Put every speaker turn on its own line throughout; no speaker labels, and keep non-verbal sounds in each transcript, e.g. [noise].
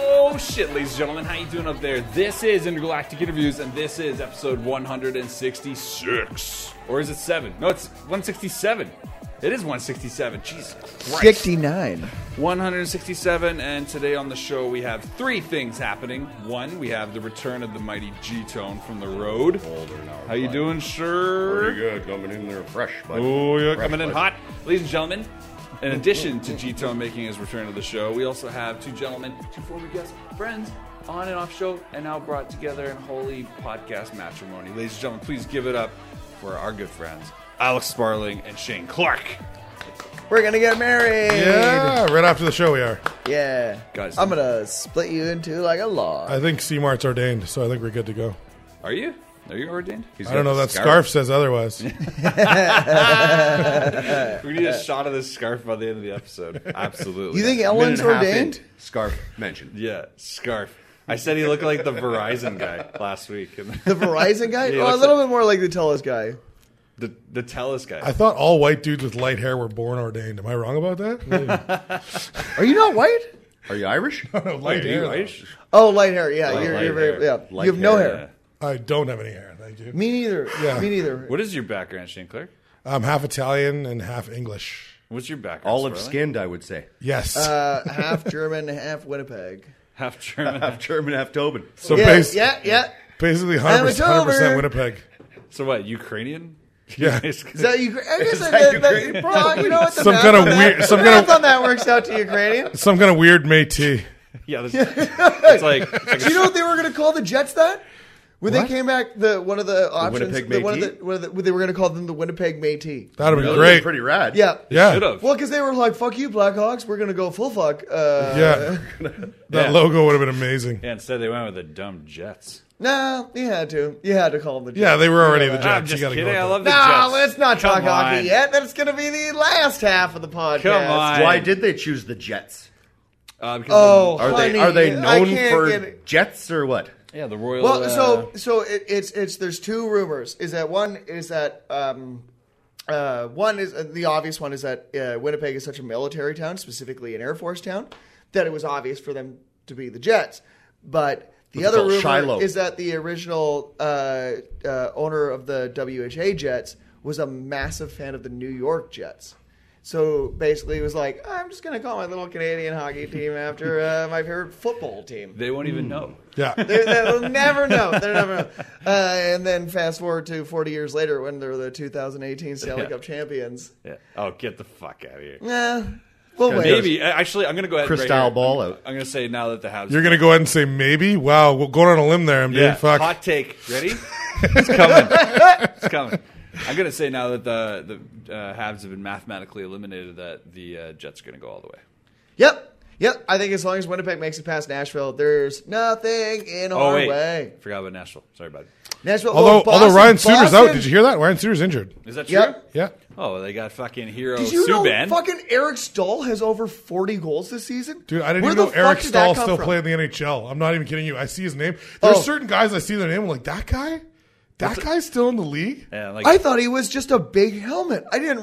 Oh, shit, ladies and gentlemen. How you doing up there? This is Intergalactic Interviews, and this is episode 166. Or is it 7? No, it's 167. It is 167. Jesus Christ.
69.
167, and today on the show we have three things happening. One, we have the return of the mighty G-Tone from the road. How you doing, sir?
Pretty good. Coming in there fresh. Bud.
Oh, yeah,
Fresh,
coming in
bud.
hot. Ladies and gentlemen, in addition to G Tone making his return to the show, we also have two gentlemen, two former guests, friends, on and off show, and now brought together in holy podcast matrimony. Ladies and gentlemen, please give it up for our good friends, Alex Sparling and Shane Clark.
We're gonna get married.
Yeah, right after the show we are.
Yeah.
Guys,
I'm gonna split you into like a log.
I think C Mart's ordained, so I think we're good to go.
Are you? Are you ordained? He's
I don't
got
know.
the
That scarf
[laughs]
says otherwise.
We need a shot of this scarf by the end of the episode. Absolutely.
you think
Minute
Ellen's
and a half in,
ordained?
Scarf mentioned.
Yeah, scarf. I said he looked like the Verizon guy last week. [laughs] And
The Verizon guy?
Yeah,
oh, a
looks
little
like-
bit more like the Telus guy.
the, the Telus guy.
I thought all white dudes with light hair were born ordained. Am I wrong about [laughs] that?
Are you not white?
Are
[laughs]
you Irish?
light
Are
hair.
you
though.
Irish?
Oh, light hair. Yeah,
Light-
you're,
light
you're very.
hair.
Yeah,
Light
you have no
hair,
hair.
Yeah.
I don't have any hair. Thank you.
Me neither.
Yeah.
Me neither.
[laughs] What is your background, Shane Clark?
I'm half Italian and half English.
What's your background?
Olive
Sparling?
skinned, I would say. [laughs]
Yes.
Uh, half German, half Winnipeg.
half German.
Half
half-
German, half Tobin.
so
yeah,
bas-
yeah, yeah.
basically, 100%,
I'm a Dover.
100% [laughs] Winnipeg.
so what? Ukrainian?
Yeah.
[laughs]
[laughs] Is that Ukraine? I guess that,
that
that, that,
Ukraine?
probably- you know what the
Some
math
kinda
on that-
weird- some
the
kinda-
math on that works out to Ukrainian.
Some kind of weird Métis.
yeah. This, it's like, it's
[laughs]
like
Do you know what they were going to call the Jets that? When they
What?
came back, the one of the options,
Winnipeg
the, one of the,
Métis?
one of the, they were going to call them the Winnipeg Métis.
That
That
would have been
would've
great.
been Pretty rad.
Yeah,
yeah.
should have.
Well, because they were like, "Fuck you, Blackhawks. We're going to go full fuck." Uh,
[laughs]
Yeah. that
Yeah.
logo would have been amazing.
Yeah, instead they went with the dumb Jets.
Nah, you had to. You had to call them the Jets.
Yeah, they were already the Jets.
I'm
you
just
gotta
kidding.
go with
I
that.
love the
Nah,
Jets.
let's not talk
Come
hockey
on.
yet. That's going to be the last half of the podcast.
Come on.
Why did they choose the Jets?
Uh, because
Oh,
Are
honey,
they are they
I
known
can't get
for
it.
Jets or what?
the- yeah, the Royal.
Well,
uh,
so so it, it's it's there's two rumors. Is that one is that um, uh, one is uh, the obvious one is that uh, Winnipeg is such a military town, specifically an Air Force town, that it was obvious for them to be the Jets. But the
What's it
other
called?
rumor
Shiloh.
is that the original uh, uh, owner of the WHA Jets was a massive fan of the New York Jets. So basically, he was like, "I'm just going to call my little Canadian hockey team after uh, my favorite football team."
they won't
Hmm.
even know.
Yeah.
They- [laughs] They'll never know. They'll never know. Uh, and then fast forward to 40 years later when they're the 2018 Stanley
Yeah.
Cup champions.
Yeah. Oh, get the fuck out of here.
Nah, we'll wait.
Maybe uh, actually, I'm gonna go ahead.
Cristal
right here.
ball
I'm,
out.
I'm gonna say now that the Habs.
You're going to go ahead and say maybe? Wow, we're going on a limb there, MD.
yeah.
Fuck.
Hot take. Ready? it's coming. it's coming. I'm gonna say now that the the uh, Habs have been mathematically eliminated that the uh, Jets are gonna go all the way.
Yep. Yep. I think as long as Winnipeg makes it past Nashville, there's nothing in
Oh
our
wait,
way.
forgot about Nashville. Sorry, bud.
Nashville.
Although,
oh, Boston,
although Ryan Suter's
Boston.
out. Did you hear that? Ryan Suter's injured.
Is that true?
Yep.
Yeah.
Oh, they got fucking hero
Did you
Subban.
know fucking Eric Stahl has over 40 goals this season?
Dude, I didn't
Where
even know
the fuck
Eric
did that
Stahl
come
still
from?
played in the NHL. I'm not even kidding you. I see his name. There's
Oh.
certain guys I see their name. I'm like, that guy? That guy's still in the league?
yeah, like,
I thought he was just a big helmet. I didn't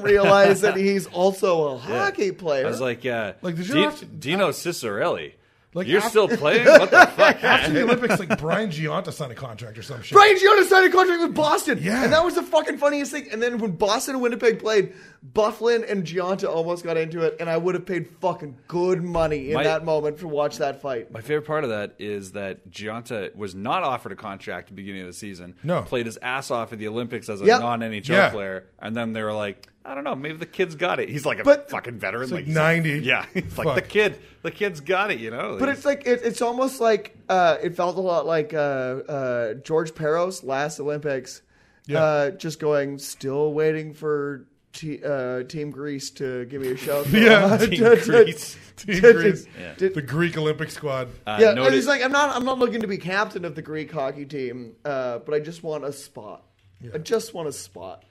[laughs]
realize that he's also a
yeah.
hockey player.
I was like, uh,
Like, did you
Di-
have to-
Dino Ciccarelli. Like,
Like,
you're
after-
still playing? What the fuck?
After
[laughs]
the Olympics, like Brian Giunta signed a contract or some shit. [laughs]
Brian Giona signed a contract with Boston.
Yeah.
And that was the fucking funniest thing. And then when Boston and Winnipeg played, Bufflin and Giunta almost got into it, and I would have paid fucking good money in
My-
that moment to watch that fight.
My favorite part of that is that Giunta was not offered a contract at the beginning of the season.
No.
Played his ass off at the Olympics as a
Yep.
non NHL
Yeah.
player. And then they were like, I don't know, maybe the kid's got it. He's like a
But-
fucking veteran.
like
he's
90.
yeah. [laughs] It's like
Fuck.
the kid. The kid's got it, you know?
But it's like it, it's almost like uh, it felt a lot like uh, uh, George Peros last Olympics,
Yeah.
uh, just going still waiting for te- uh, Team Greece to give me a shout. [laughs]
[laughs] Yeah.
Team Greece.
Team
Did- [laughs]
Greece.
did-
The Greek Olympic squad.
Uh,
yeah,
noted-
and he's like, I'm not, I'm not looking to be captain of the Greek hockey team, uh, but I just want a spot. I just want a spot.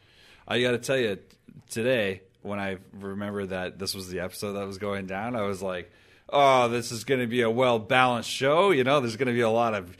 I got to tell you, today when I remember that this was the episode that was going down, I was like, "Oh, this is going to be a well balanced show." You know, there's going to be a lot of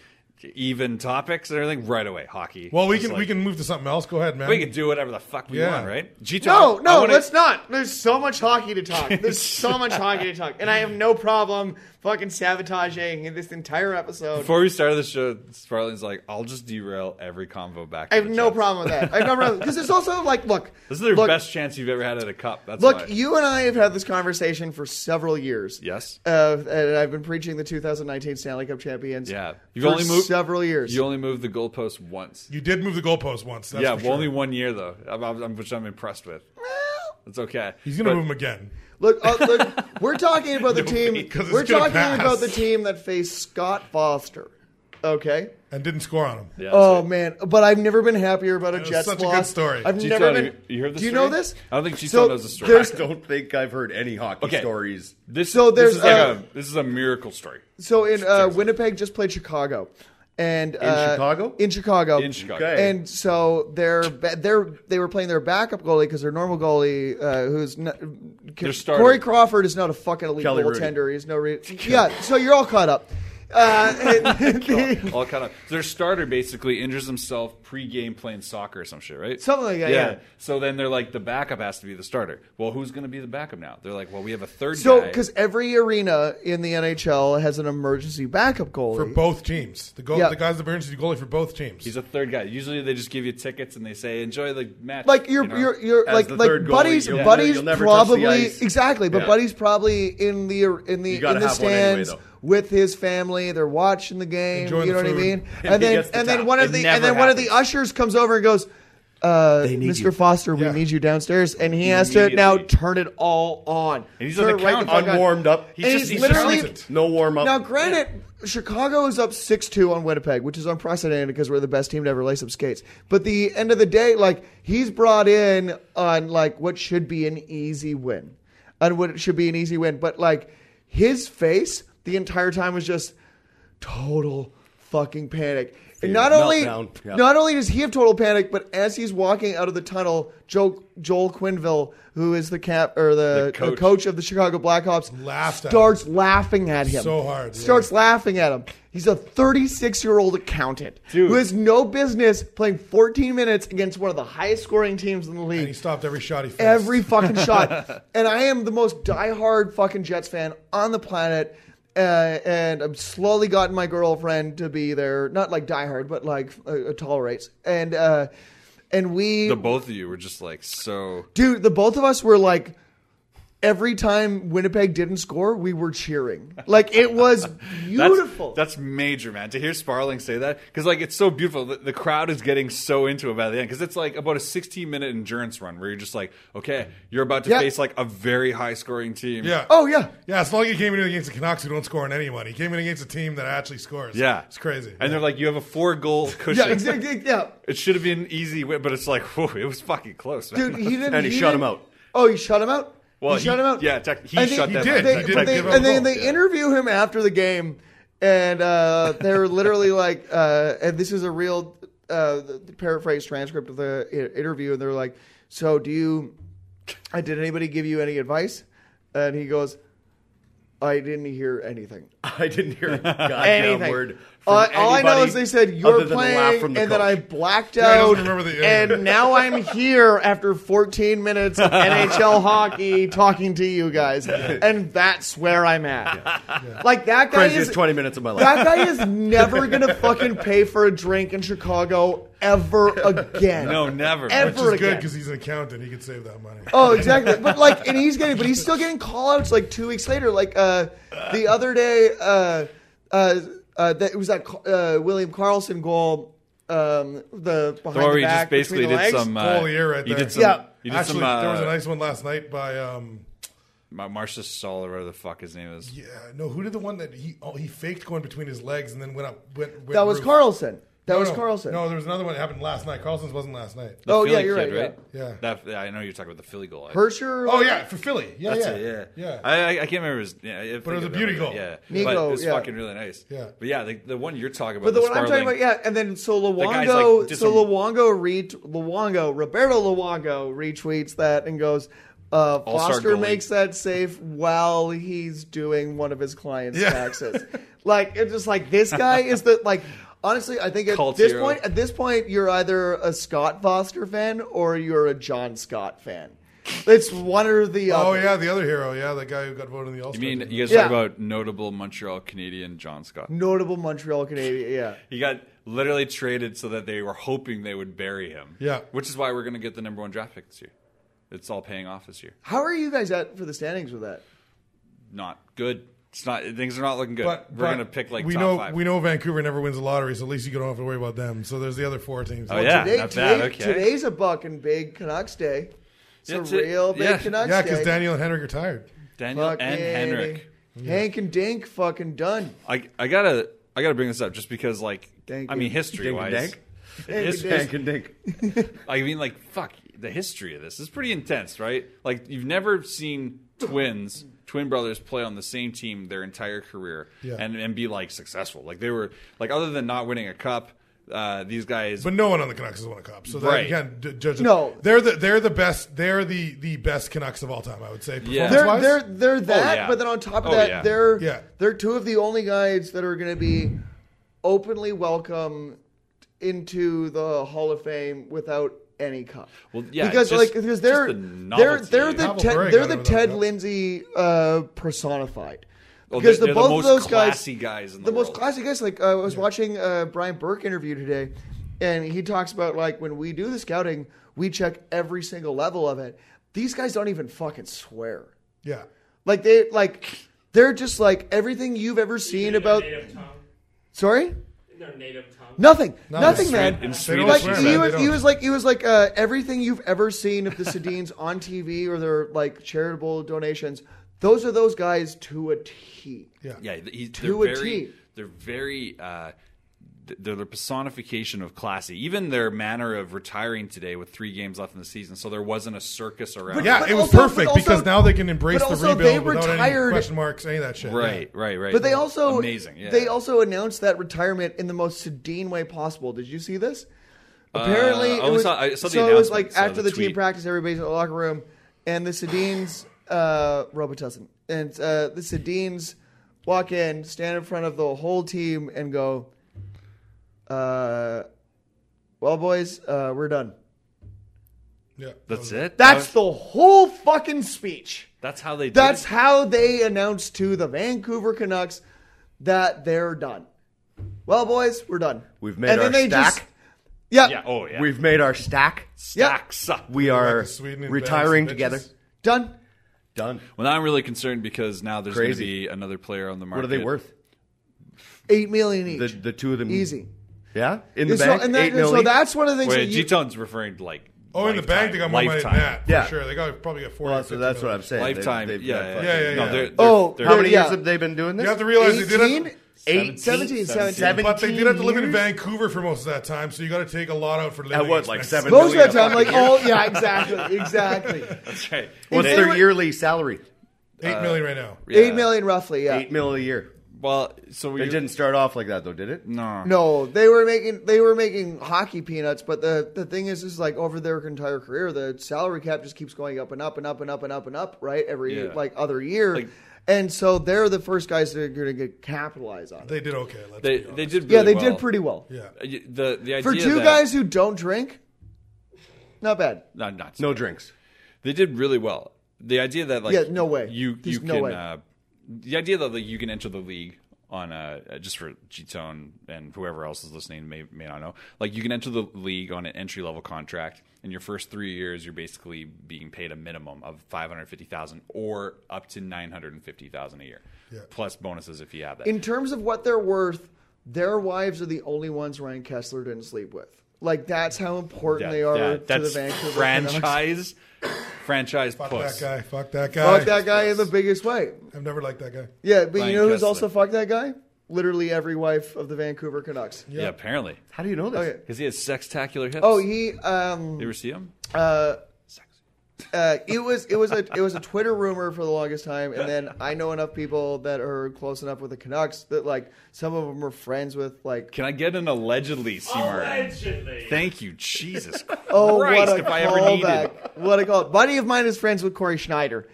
even topics and everything right away. Hockey.
Well, we
Just
can
like-
we can move to something else. Go ahead, man.
we can do whatever the fuck we
Yeah.
want, right? Gito,
No,
I
no,
wanna-
let's not. There's so much hockey to talk. There's so
[laughs]
much hockey to talk, and I have no problem fucking sabotaging this entire episode.
Before we started the show, Sparling's like, "I'll just derail every convo back." to
I have
the
no
Jets."
problem with that. I have no problem because it's also like, look,
This is their
look,
best chance you've ever had at a cup. That's
Look,
why.
you and I have had this conversation for several years.
yes,
Uh, and I've been preaching the 2019 Stanley Cup champions.
Yeah.
you've
You've
for
only moved-
several years.
you only moved the goalpost once.
You did move the goalpost once. That's
yeah,
for
well, only
sure.
one year though, I'm, I'm- which I'm impressed with. It's okay.
He's gonna
But-
move him again.
Look, uh,
[laughs]
look, we're talking about the team.
wait, 'cause it's
We're
gonna
talking
pass.
about the team that faced Scott Foster. Okay.
And didn't score on him.
Yeah, that's
Oh
it.
man, but I've never been happier about a
was
Jets
such a
loss.
good story.
I've
G-Town,
never
have
been.
you- you heard the
Do you
story?
know this?
I don't think G-Town
So
knows the story.
I
[laughs] There's,
don't think I've heard any hockey
Okay.
stories. [laughs]
This
So there's,
this is, like
uh,
a, this is a miracle story.
so in uh, Winnipeg just played Chicago, and uh,
Chicago?
in Chicago,
In Chicago.
Okay.
And so they're they're they were playing their backup goalie because their normal goalie, uh, who's not,
starter.
Corey Crawford, is not a fucking elite
Kelly Rudy.
goaltender. He's no re- yeah. So you're all caught up. Uh,
[laughs]
and-
All kind of their starter basically injures himself pre-game playing soccer or some shit, right?
Something like that, yeah.
So then they're like, the backup has to be the starter. Well, who's going to be the backup now? They're like, well, we have a third
[laughs] so
guy.
because every arena in the NHL has an emergency backup goalie.
For both teams, the goal,
Yeah.
the guy's the emergency goalie for both teams.
He's a third guy. Usually they just give you tickets and they say enjoy the match.
like you're
you know?
you are you're
As
like
the
like
third goalie,
buddies
you'll never-
buddies
you'll never touch the
probably
ice.
exactly but
Yeah.
buddies probably in the in the
You gotta
in the
have one anyway,
stands
though.
with his family they're watching the game
Enjoying
you
the
know what I
food.
mean
And
and
he
then
gets the
and then
tap.
one of
It
the
never
and then one of the
happens.
ushers comes over and goes uh,
need
Mr.
you.
Foster we
Yeah.
need you downstairs and he has to now
Immediately.
turn it all on
And he's
Turn
on
it
the
right
count,
fuck on.
Unwarmed up.
And he's,
just- he's
literally
talented.
No warm up.
now, granted, Chicago is up six two on Winnipeg, which is unprecedented because we're the best team to ever lace up skates. But the end of the day, like he's brought in on like what should be an easy win, on what should be an easy win. But like his face the entire time was just total fucking panic. And not only
Meltdown. Yeah.
not only does he have total panic, but as he's walking out of the tunnel, Joel, Joel Quinville, who is the cap or the, the
The
coach.
coach.
of the Chicago Blackhawks,
Laughed at him.
starts laughing at him
So hard, yeah.
starts laughing at him. He's a 36 year old accountant
Dude.
who has no business playing 14 minutes against one of the highest scoring teams in the
and he
league.
stopped every shot he faced. [laughs]
Every fucking shot. And I am the most diehard fucking Jets fan on the planet. Uh, and I've slowly gotten my girlfriend to be there, not like diehard, but like uh, tolerates. And uh, and we
the both of you were just like so.
Dude, the both of us were like every time Winnipeg didn't score, we were cheering. Like it
[laughs]
was
That's,
beautiful.
That's major, man. To hear Sparling say that because like it's so beautiful. The, the crowd is getting so into it by the end because it's like about a 16 minute endurance run where you're just like, okay, you're about to
Yeah.
face like a very high scoring team.
yeah.
oh yeah.
Yeah, it's not like he came in against the Canucks who don't score on anyone. He came in against a team that actually scores.
yeah,
It's crazy.
And they're like, you have a four goal cushion.
Yeah, exactly. Yeah.
It should have been an easy win, but it's like, whoa, it was fucking close, man. [laughs]
Dude, he didn't
And he shut
didn't-
him out.
Oh, he shut him out?
Well,
he, shut
he-
him out?
yeah, tech- he
And
shut
them
they-
out.
They,
He
they,
didn't give him
and
a
then
goal.
they interview him after the game, and uh, they're literally like, uh, and this is a real uh, the- the paraphrased transcript of the i- interview, and they're like, so do you, uh, did anybody give you any advice? And he goes, I didn't hear anything.
I didn't hear a goddamn
[laughs] Anything.
word. From
All, all I know
anybody
is they said
other
you're
than the laugh
playing,
from
and
the
then
coach.
I blacked
he doesn't
out,
remember the end.
and now I'm here after 14 minutes
[laughs]
of NHL hockey talking to you guys, and that's where I'm at. Like that guy
craziest
is
20 minutes of my life.
that guy is never gonna fucking pay for a drink in Chicago
[laughs]
ever again.
no, never.
Which
Ever
is good
again.
because he's an accountant. He could save that money.
Oh, exactly. But like, and he's getting, but he's still getting call outs like two weeks later. Like uh, the other day, uh, uh, uh, that it was that uh, William Carlson goal, um, the behind
Or
the
he
back
just basically
between the
did
legs.
some.
Goal
Uh,
of the year right
he
there.
did some.
Yeah.
He did
Actually,
some. Uh,
there was a nice one last night by um,
Ma- Marcia Saul or whatever the fuck his name is.
yeah, no, who did the one that he oh, he faked going between his legs and then went up went. went
that was
roof.
Carlson. That
No,
was
no,
Carlson.
No, there was another one that happened last night. Carlson's wasn't last night.
The
Oh,
Philly
yeah, you're
kid,
right,
yeah. Yeah.
That, yeah, I know you're talking about the Philly goal. I-
Hersher.
Oh yeah, for Philly. Yeah,
That's
yeah,
it, yeah,
yeah.
I, I, I can't remember his. Yeah, I
But it was
think
a beauty
I remember,
goal.
Yeah,
Nico,
but it was
yeah.
fucking really nice.
Yeah.
but yeah, the, the one you're talking about.
But the one I'm
Sparling,
talking about, yeah, and then so
guy's,
Luongo,
like, did
so
some-
Luongo re Luongo, Roberto Luongo retweets that and goes, uh,
All-star
Foster
goalie.
makes that safe while he's doing one of his clients' [laughs]
Yeah.
taxes. like it's just like this guy is the like honestly, I think at
Cult
this
hero.
point, at this point, you're either a Scott Foster fan or you're a John Scott fan. It's one or the
Oh
other.
yeah, the other hero, yeah, the guy who got voted in the All
I
Star.
mean, you guys
Yeah.
talk about notable Montreal Canadian John Scott.
Notable Montreal Canadian, yeah.
He got literally traded so that they were hoping they would bury him.
Yeah.
Which is why we're going to get the number one draft pick this year. It's all paying off this year.
How are you guys at for the standings with that?
Not good. It's not things are not looking good.
but
we're
but
going to pick like
we
top
know
five.
we know Vancouver never wins the lottery, so at least you don't have to worry about them. So there's the other four teams.
Oh, yeah.
Today,
not
today,
bad, okay.
Today's a fucking big Canucks day. It's
It's
a
a-
real big
yeah.
Canucks
yeah,
day.
because Daniel and Henrik are tired.
Daniel and
Fucking
Henrik.
Hank and Dink fucking done.
I I gotta I gotta bring this up just because like
Thank
I
you.
mean history
Dink and
wise.
dank?
His-
Hank and Dink.
I mean, like, fuck the history of this. It's pretty intense, right? Like, you've never seen twins, twin brothers, play on the same team their entire career
Yeah.
and and be like successful. Like they were like other than not winning a cup, uh, these guys.
But no one on the Canucks has won a cup, so that
Right.
you can't d- judge. it.
No.
they're the they're the best. They're the the best Canucks of all time. I would say.
Yeah.
Performance
They're
wise.
they're they're that,
Oh, yeah.
but then on top of
Oh,
that,
yeah.
they're
Yeah.
they're two of the only guys that are going to be openly welcome into the Hall of Fame without any cup.
Well, yeah,
because
just-
like because
just
they're
the
they're
novelty.
they're the
Pavel
Ted
Bure
they're
got
the
it
Ted
without
Lindsay uh, personified.
Oh,
Because
they're- they're
the both
the most
of those guys,
classy guys in the
most
world.
classy guys. Like uh, I was watching uh, Brian Burke interview today, and he talks about like when we do the scouting, we check every single level of it. These guys don't even fucking swear.
yeah.
Like they like they're just like everything you've ever seen
In
about.
their native tongue.
Sorry,
In their native tongue.
nothing,
No,
nothing,
in
man.
Sweden- in Sweden,
like
they don't
he
swear,
was,
man,
he
they
was like he was like uh, everything you've ever seen of the Sedines on TV or their like charitable donations. Those are those guys to a T.
Yeah.
yeah, th- he's,
To a
they're very
T.
they're very uh, th- they're the personification of classy. Even their manner of retiring today with three games left in the season, so there wasn't a circus around.
Yeah,
But
it was
also-
perfect
but
because
also-
now they can embrace
but
the
also they
rebuild without
retired-
any question marks, any of that shit.
Right, right, right.
But they also
amazing. Yeah.
They also announced that retirement in the most sedine way possible. Did you see this? Apparently,
Uh, I
it
only
was,
saw- I saw the
so it was
announcement,
like
saw
after
the
the, team
tweet.
practice, everybody's in the locker room, and the Sedines, uh, Robitussin, and uh, the Sedines walk in, stand in front of the whole team, and go, uh, "Well, boys, uh, we're done."
Yeah.
That's it.
That's
That-
the whole fucking speech.
that's how they. Did
That's
it?
how they announced to the Vancouver Canucks that they're done. Well, boys, we're done.
We've made our
just-
stack.
yeah,
Yeah. Oh yeah.
We've made our stack.
stacks up.
We
Back
are
to Sweden and
retiring
bang some
together.
bitches.
done.
Done.
Well, now I'm really concerned because now there's going to
Crazy.
be another player on the market.
What are they worth?
Eight million each.
The the two of them.
Easy.
Yeah. In the
And so,
bank.
and that-
eight
and so
million.
that's one of the things
Wait,
that you,
G-Tone's referring to like.
Oh, in the bank, they got more money than that. For
Yeah.
sure. They got probably got four.
Well, so that's what I'm saying. They-
Lifetime.
they've
yeah,
got
yeah,
fucking-
yeah,
No,
yeah.
they're, they're,
Oh,
they're,
How many
Yeah.
years have they been doing this?
You have to realize they did
18?
it.
Eight,
17, 17.
But they did have to live in
years?
Vancouver for most of that time, so you got to take a lot out for living.
At what, like seven?
expenses.
most of
million
the time,
a
like
year.
all, yeah, exactly, exactly.
that's right.
What's
If they
their
were-
yearly salary?
Eight million right now.
Yeah.
Eight million, roughly. Yeah.
Eight mil a year.
Well, so we
It didn't start off like that though, did it?
No.
No, they were making they were making hockey peanuts, but the the thing is, is like over their entire career, the salary cap just keeps going up and up and up and up and up and up, right? Every
Yeah.
like other year,
Like-
and so they're the first guys that are going to get capitalize on. it.
They did okay. Let's
They
be honest.
they did. Really
yeah, they
well.
did pretty well
Yeah.
Uh, you- The the idea
for two
that,
guys who don't drink. Not bad.
No, not
No drinks.
They did really well. The idea that like
Yeah, no way.
you
There's
you
no
can
way.
uh, the idea that like, you can enter the league on uh uh, just for G Tone and whoever else is listening may may not know like you can enter the league on an entry level contract. In your first three years, you're basically being paid a minimum of five hundred fifty thousand or up to nine hundred and fifty thousand a year, plus bonuses if you have that.
In terms of what they're worth, their wives are the only ones Ryan Kessler didn't sleep with. Like that's how important
That-
they are
that-
to the
that's
Vancouver Canucks.
franchise franchise
Fuck
puss.
that guy. Fuck that guy.
Fuck that guy in the biggest way.
I've never liked that guy.
Yeah, but
Ryan
you know who's
Kessler.
also fucked that guy? Literally every wife of the Vancouver Canucks.
Yeah, apparently
How do you know this?
Okay.
because he has sextacular hips.
Oh, he um
you ever see him?
uh it was it was a it was a Twitter rumor for the longest time, and then I know enough people that are close enough with the Canucks that like some of them are friends with like.
Can I get an allegedly, Seymour?
Allegedly.
Thank you,
[laughs]
Jesus Christ!
Oh, what a
if I ever needed.
callback! What a call! Buddy of mine is friends with Corey Schneider,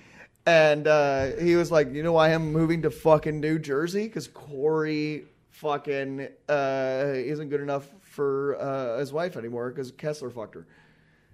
and uh, he was like, "You know why I'm moving to fucking New Jersey? Because Corey fucking uh, isn't good enough for uh, his wife anymore because Kessler fucked her.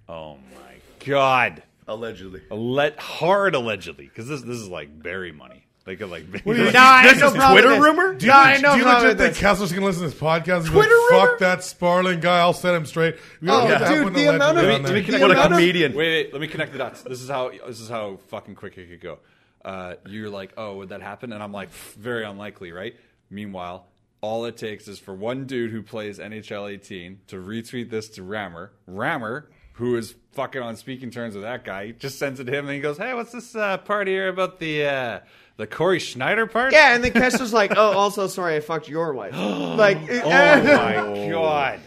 Oh my god.
Allegedly.
Let hard allegedly because this this is like Barry money. They could like. [laughs] Be
do you-
like
No,
I
this
know
is
problem
Twitter
with this.
rumor.
Do you,
Yeah, I know
do you
how
legit
that-
think Kessler's gonna listen to this podcast and be
Twitter
like,
rumor?
"Fuck that Sparling guy! I'll set him straight." We don't
Oh,
put that
dude,
one
the
allegedly
amount of- Let me-
on there.
let me
connect-
What
The
a
amount of-
comedian.
Wait, wait, let me connect the dots. This is how this is how fucking quick it could go. Uh, you're like, oh, would that happen? And I'm like, "Pff, very unlikely, right? Meanwhile, all it takes is for one dude who plays NHL 18 to retweet this to Rammer. Rammer, who is fucking on speaking terms with that guy, just sends it to him and he goes, hey, what's this uh, part here about the uh, the Corey Schneider part?
Yeah, and then Kessler's like, oh, also sorry, I fucked your
[gasps]
wife. like, [laughs]
Oh my god.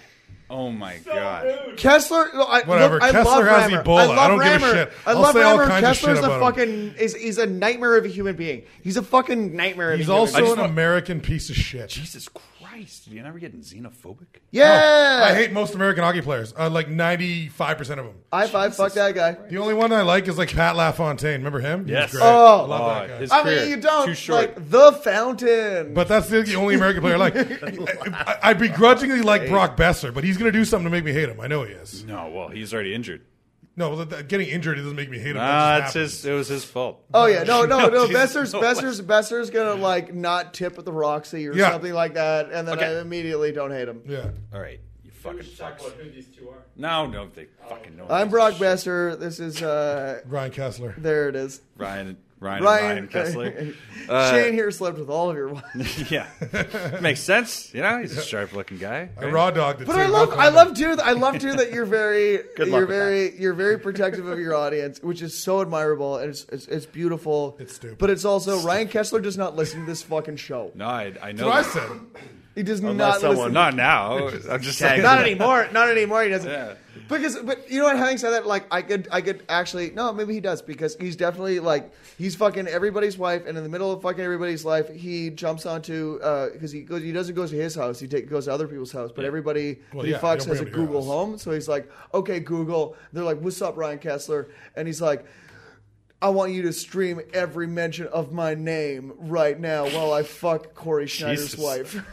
Oh my god.
Kessler, no, I,
Whatever,
Look, I
Kessler
love
has
Rammer.
Ebola.
I, love
I don't give a
Rammer.
shit.
I
I'll
love
say all
Rammer.
kinds of
Kessler's
shit
a
about
fucking is he's a nightmare of a human being. He's a fucking nightmare. Of
He's
a human being.
also an
want-
American piece of shit.
Jesus Christ. You're never getting xenophobic?
yeah.
I hate most American hockey players. Uh, like ninety-five percent of them.
High five, fuck that guy.
The only one I like is like Pat LaFontaine. Remember him? He was
Yes.
great.
Oh.
love that
Oh,
guy.
his
I
career,
mean, you don't
Too short.
like the fountain.
But that's the only American player
[laughs]
I like. I, I begrudgingly like Brock Besser, but he's going to do something to make me hate him. I know he is.
No, well, he's already injured.
No, that- that- getting injured doesn't make me hate him.
Ah,
That
it's
just
his. It was his fault.
oh yeah,
[laughs]
no, no, no.
Jesus,
Besser's
no way.
Besser's Besser's gonna like not tip at the Roxy or
Yeah.
something like that, and then
Okay.
I immediately don't hate him.
happens. Yeah.
All right, you fucking
Who's talk
fucks.
about who these
[laughs]
two are?
No, no, they fucking know.
I'm Brock Besser. This is uh,
Ryan Kessler.
there it is.
Ryan, Ryan,
Ryan,
Ryan, Ryan Kessler. Uh,
[laughs] Shane here slept with all of your wives.
[laughs] yeah, makes sense. You know, he's a sharp-looking guy.
I raw dogged it. [laughs]
But
too.
I
No
love, I
comment.
love too. I love too that you're very,
Good luck
you're
with
very, you're very protective of your audience, which is so admirable and it's it's, it's beautiful.
It's stupid.
but it's also Ryan Kessler does not listen to this fucking show.
No, I, I know.
That's what I
that.
said.
He does not
Unless
listen.
someone-
Not now. I'm just saying.
Not anymore. Not anymore. He doesn't.
Yeah.
Because, but you know what? Having said that, like I could, I could actually no, maybe he does because he's definitely like he's fucking everybody's wife, and in the middle of fucking everybody's life, he jumps onto because he goes, he doesn't go to his house, he take, goes to other people's house. But everybody
Well,
he
yeah,
fucks
you don't
has a
bring him to your
Google
house.
Home, so he's like, okay, Google. They're like, what's up, Ryan Kessler? And he's like. I want you to stream every mention of my name right now while I fuck Corey Schneider's
Jesus.
wife.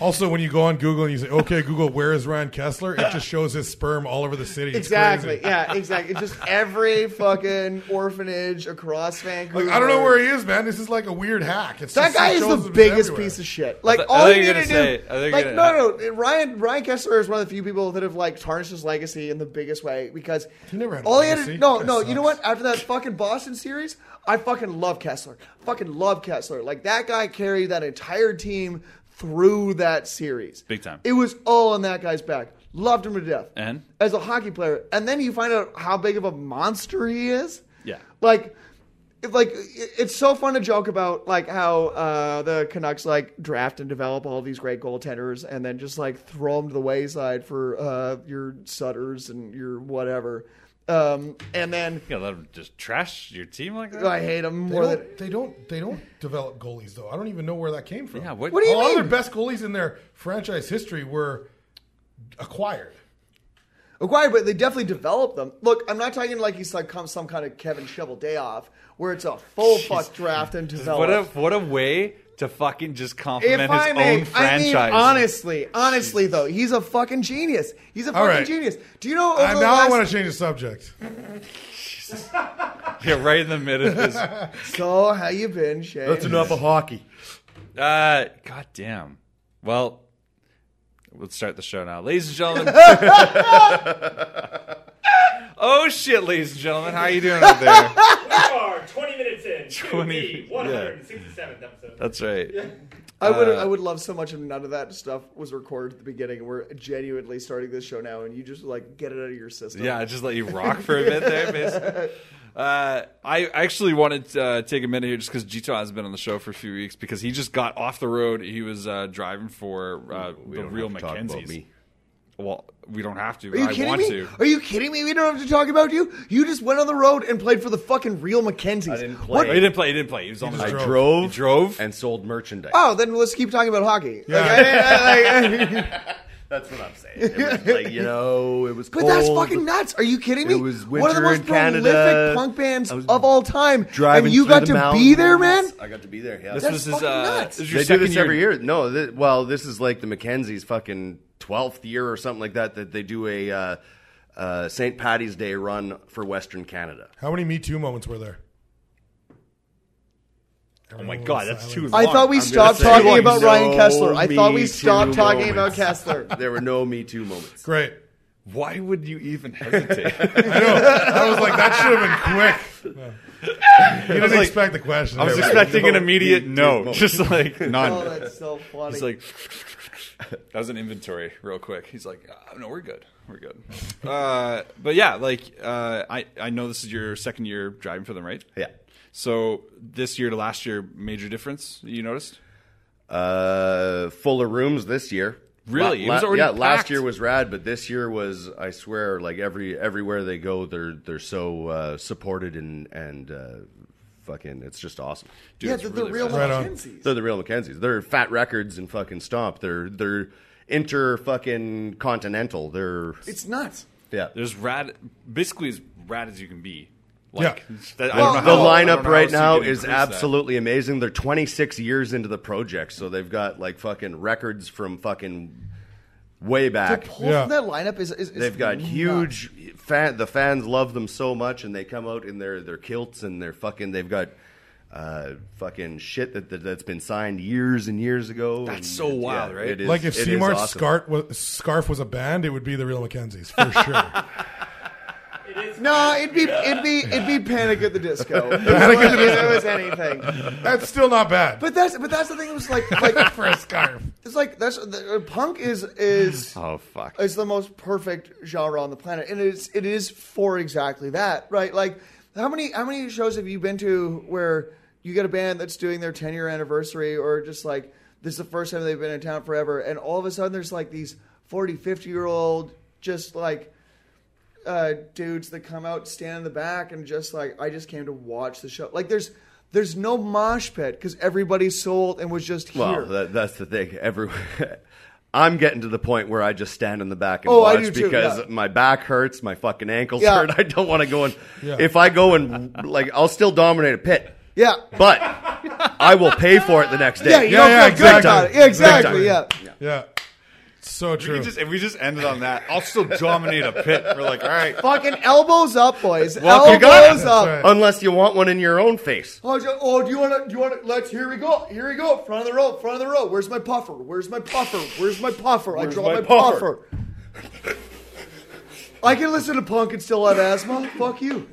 Also, when you go on Google and you say, "Okay, Google, where is Ryan Kessler?" It just shows his sperm all over the city. It's
Exactly.
crazy.
Yeah, exactly. It's just every fucking orphanage across Vancouver.
Like, I don't know where he is, man. This is like a weird hack. It's
That
just-
guy
it
is
shows
the
him
biggest
everywhere.
piece of shit. Like
I thought- I
all
thought
you
you
need
were
to
gonna say- I thought you
do,
were
like
[laughs] gonna-
no, no, Ryan Ryan Kessler is one of the few people that have like tarnished his legacy in the biggest way because
He never had a
all he had to,
legacy.
no,
That
no. You know
sucks.
what? After that fucking Boston series, I fucking love Kessler. Fucking love Kessler. Like that guy carried that entire team through that series,
Big time.
It was all on that guy's back. Loved him to death.
And?
as a hockey player, and then you find out how big of a monster he is.
Yeah.
Like, it- like it- it's so fun to joke about like how uh, the Canucks like draft and develop all these great goaltenders and then just like throw them to the wayside for uh, your Sutters and your whatever, um, and then oh,
You gonna let him just trash your team like that?
I hate them
They
more than.
don't, they don't. They don't develop goalies though. I don't even know where that came from.
Yeah, what- Oh,
What do you
All
mean?
their best goalies in their franchise history were acquired.
acquired, but they definitely developed them. Look, I'm not talking like he's like come some kind of Kevin Shovel Day off where it's a full fuck draft and develop.
What a what a way to fucking just compliment his own
I
franchise.
mean, honestly, honestly though, he's a fucking genius. He's a fucking
right.
genius. Do you know? Over
I,
the
now I
last,
want to change the subject.
yeah, right in the middle of
[laughs]
this.
So how you been, Shane?
That's enough of hockey.
Uh, God damn. Well, let's start the show now. Ladies and
[laughs]
gentlemen. oh, shit, ladies and gentlemen. How are you doing out there?
We are 20 minutes in.
20
20. 167th episode.
That's right.
I would I would love so much if none of that stuff was recorded at the beginning. We're genuinely starting this show now, and you just like get it out of your system.
Yeah, I just let you rock for a bit there, basically. Uh, I actually wanted to uh, take a minute here just because Gito hasn't been on the show for a few weeks because he just got off the road. He was uh, driving for uh, the real
have to talk about
Mackenzie's.
me.
Well, we don't have to.
Are you
I
kidding
want
me?
to.
Are you kidding me? We don't have to talk about you. You just went on the road and played for the fucking real Mackenzies.
I didn't
What?
play.
Oh, he didn't play. He didn't play. He was on the road.
I
drove.
drove,
He drove?
and sold merchandise.
Oh, then let's keep talking about hockey. Like,
Yeah.
I- I- I- I-
That's what I'm saying. It was like, you know, it was
But
cold.
that's fucking nuts. Are you kidding me?
It was
One of the
winter
most
in
prolific
Canada.
punk bands
I was
of all time.
Driving
and you
through
got
the
to be there, man.
mountains. I got to be there. Yeah.
This
That's
was his,
fucking
uh,
nuts.
this is your
they do this
second year.
every year. No, th well, this is like the Mackenzie's fucking twelfth year or something like that. That they do a uh, uh, St. Patty's Day run for Western Canada.
How many Me Too moments were there?
Oh my god, that's too.
I
long.
thought we
I'm
stopped
say
talking
it.
about
No,
Ryan Kessler. I thought we
me
stopped
too
talking about
moments. [laughs]
Kessler.
There
[laughs]
were no Me Too moments.
Great.
gonna- Why would you [laughs] even hesitate?
I was like, that should have been quick. You didn't expect the question.
I was
Yeah,
expecting an
No,
immediate
me too
no, [laughs]
moment.
just like
Oh,
[laughs] none.
that's so funny.
He's like, that was an inventory real quick. He's like, uh, no, we're good, we're good. [laughs] Uh, but yeah, like uh, I I know this is your second year driving for them, right?
Yeah.
So this year to last year, major difference you noticed?
Uh, fuller rooms this year.
Really? It was already
yeah,
packed.
last year was rad, but this year was, I swear, like every everywhere they go, they're they're so uh, supported and and uh, fucking, it's just awesome.
Dude,
yeah,
it's
the, the
really
real
fast.
Right on.
Mackenzies.
They're the real Mackenzies. They're Fat Records and fucking Stomp. They're they're inter fucking continental. They're
It's nuts.
yeah.
There's rad, basically as rad as you can be.
Yeah.
that- I
Well,
don't know
the
how- I don't
lineup
know
right
how
now
else you can
is
increase that.
absolutely amazing. They're 26 years into the project, so they've got like fucking records from fucking way
The
back.
pull
Yeah.
from that lineup is, is, is
They've got
nuts.
huge fan. The fans love them so much, and they come out in their their kilts and their fucking. They've got uh, fucking shit that, that that's been signed years and years ago.
That's
and
so
it's-
wild, right?
it is-
like if
it is
Seymour's
awesome.
scarf, was, scarf was a band, it would be the real Mackenzies for sure.
It is.
No, it'd be it'd be it'd be Panic at the Disco. If
at the
there was anything.
That's still not bad.
But that's but that's the thing. It was like like
for a scarf.
it's like that's the, uh, punk is is
Oh fuck!
is the most perfect genre on the planet, and it's it is for exactly that, right? Like, how many how many shows have you been to where you get a band that's doing their ten year anniversary, or just like this is the first time they've been in town forever, and all of a sudden there's like these 40, 50 year old just like uh, dudes that come out, stand in the back, and just like I just came to watch the show. Like, there's there's no mosh pit because everybody's sold and was just here.
Well, that, that's the thing. Every, [laughs] I'm getting to the point where I just stand in the back and
Oh, I
watch
do too,
because
yeah.
my back hurts, my fucking ankles
Yeah.
hurt. [laughs] I don't want to go and
Yeah.
if I go and like I'll still dominate a pit,
yeah.
but I will pay for it the next day.
Yeah, you
Yeah,
don't
yeah,
feel good about
exactly.
it. Yeah, exactly.
Big
Yeah.
time. Yeah. So
We
true.
could just, if we just ended on that, I'll still dominate a pit. We're like, all right,
Fucking elbows up, boys.
Well, you got it.
elbows up.
That's right.
Unless you want one in your own face.
Oh, jo- oh, do you want to? Do you want to? Let's. Here we go. Here we go. Front of the row. Front of the row. Where's my puffer? Where's my puffer? Where's my puffer? I draw my,
my
puffer.
puffer?
I can listen to punk and still have asthma. Fuck you.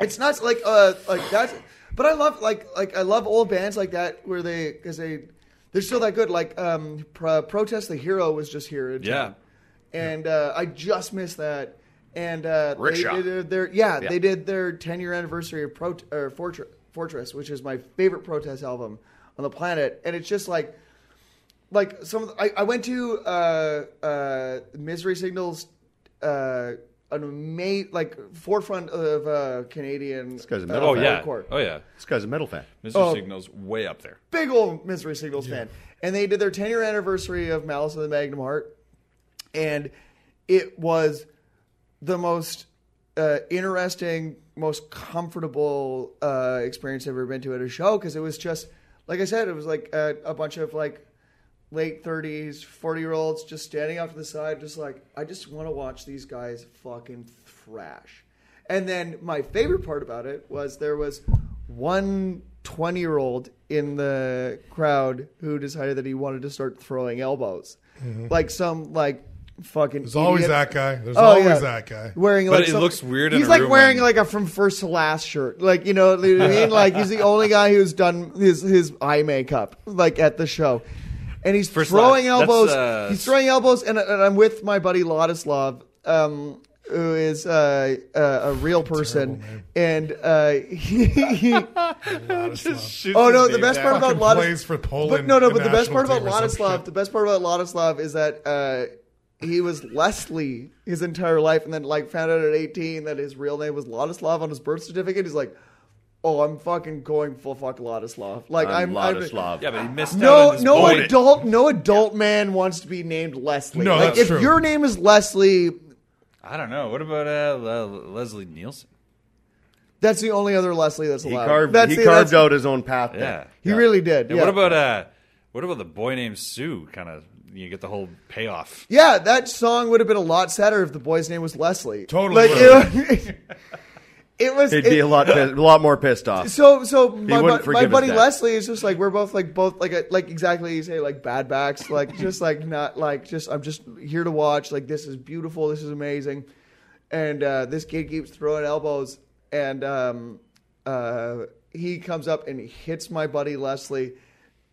it's not like uh like that's but i love like like i love old bands like that where they because they they're still that good like um Pro- protest the hero was just here in town. and uh i just missed that and uh
Rickshaw.
they did their yeah,
Yeah.
they did their 10 year anniversary of Pro- or fortress fortress which is my favorite protest album on the planet and it's just like like some of the, I, I went to uh uh misery signals uh an amazing like forefront of uh Canadian this
guy's a
uh,
metal
Oh
fan.
yeah,
hardcore.
oh yeah.
This guy's a metal fan.
Mr.
Oh.
Signal's way up there.
big old misery signals fan and they did their 10 year anniversary of Malice of the Magnum Heart and it was the most uh, interesting, most comfortable uh, experience I've ever been to at a show because it was just, like I said, it was like a, a bunch of like late 30s, 40 year olds just standing off to the side, just like, I just want to watch these guys fucking thrash. And then my favorite part about it was there was one 20 year old in the crowd who decided that he wanted to start throwing elbows. Like some, like, fucking.
There's Mm-hmm. always
idiot
that guy. There's
Oh,
always
yeah.
that guy.
wearing
But
like
it
some-
looks weird in
He's
a
like
room
wearing
when-
like a from first to last shirt. Like you know, you know what I
[laughs]
mean? Like he's the only guy who's done his his eye makeup like at the show. And he's
First
throwing
last. That's,
elbows.
uh,
He's throwing elbows, and, and I'm with my buddy Ladislav, um, who is uh, uh, a real person. and uh, [laughs] he, he, oh
Oh
no, the best part about
Fucking
Ladislav
plays for Poland.
but no, no.
the
But the best
national
part about
team or some
Ladislav,
shit.
the best part about Ladislav is that uh, he was Leslie his entire life, and then like found out at eighteen that his real name was Ladislav on his birth certificate. He's like, oh, I'm fucking going full fuck Ladislav. Like I'm,
I'm
I'm,
Ladislav.
Yeah, but he missed out
no,
on his
no
boy.
adult, no adult man wants to be named Leslie.
No,
like
that's
if
true.
your name is Leslie,
I don't know. What about uh, Le- Leslie Nielsen?
that's the only other Leslie that's
He
allowed.
carved,
that's
he
the-
carved
that's-
out his own path.
Yeah.
There.
He really did.
And
Yeah.
What about uh, what about the boy named Sue? Kind of, you get the whole payoff.
Yeah, that song would have been a lot sadder if the boy's name was Leslie.
Totally
Like,
would.
it, [laughs] it was.
He'd
it-
be a lot, pi- a lot more pissed off.
So, so my,
wouldn't
bu-
forgive
my
his
buddy
dad.
Leslie is just like we're both like both like a, like exactly you say like bad backs like just like not like just I'm just here to watch like this is beautiful this is amazing, and uh, this kid keeps throwing elbows and um, uh, he comes up and hits my buddy Leslie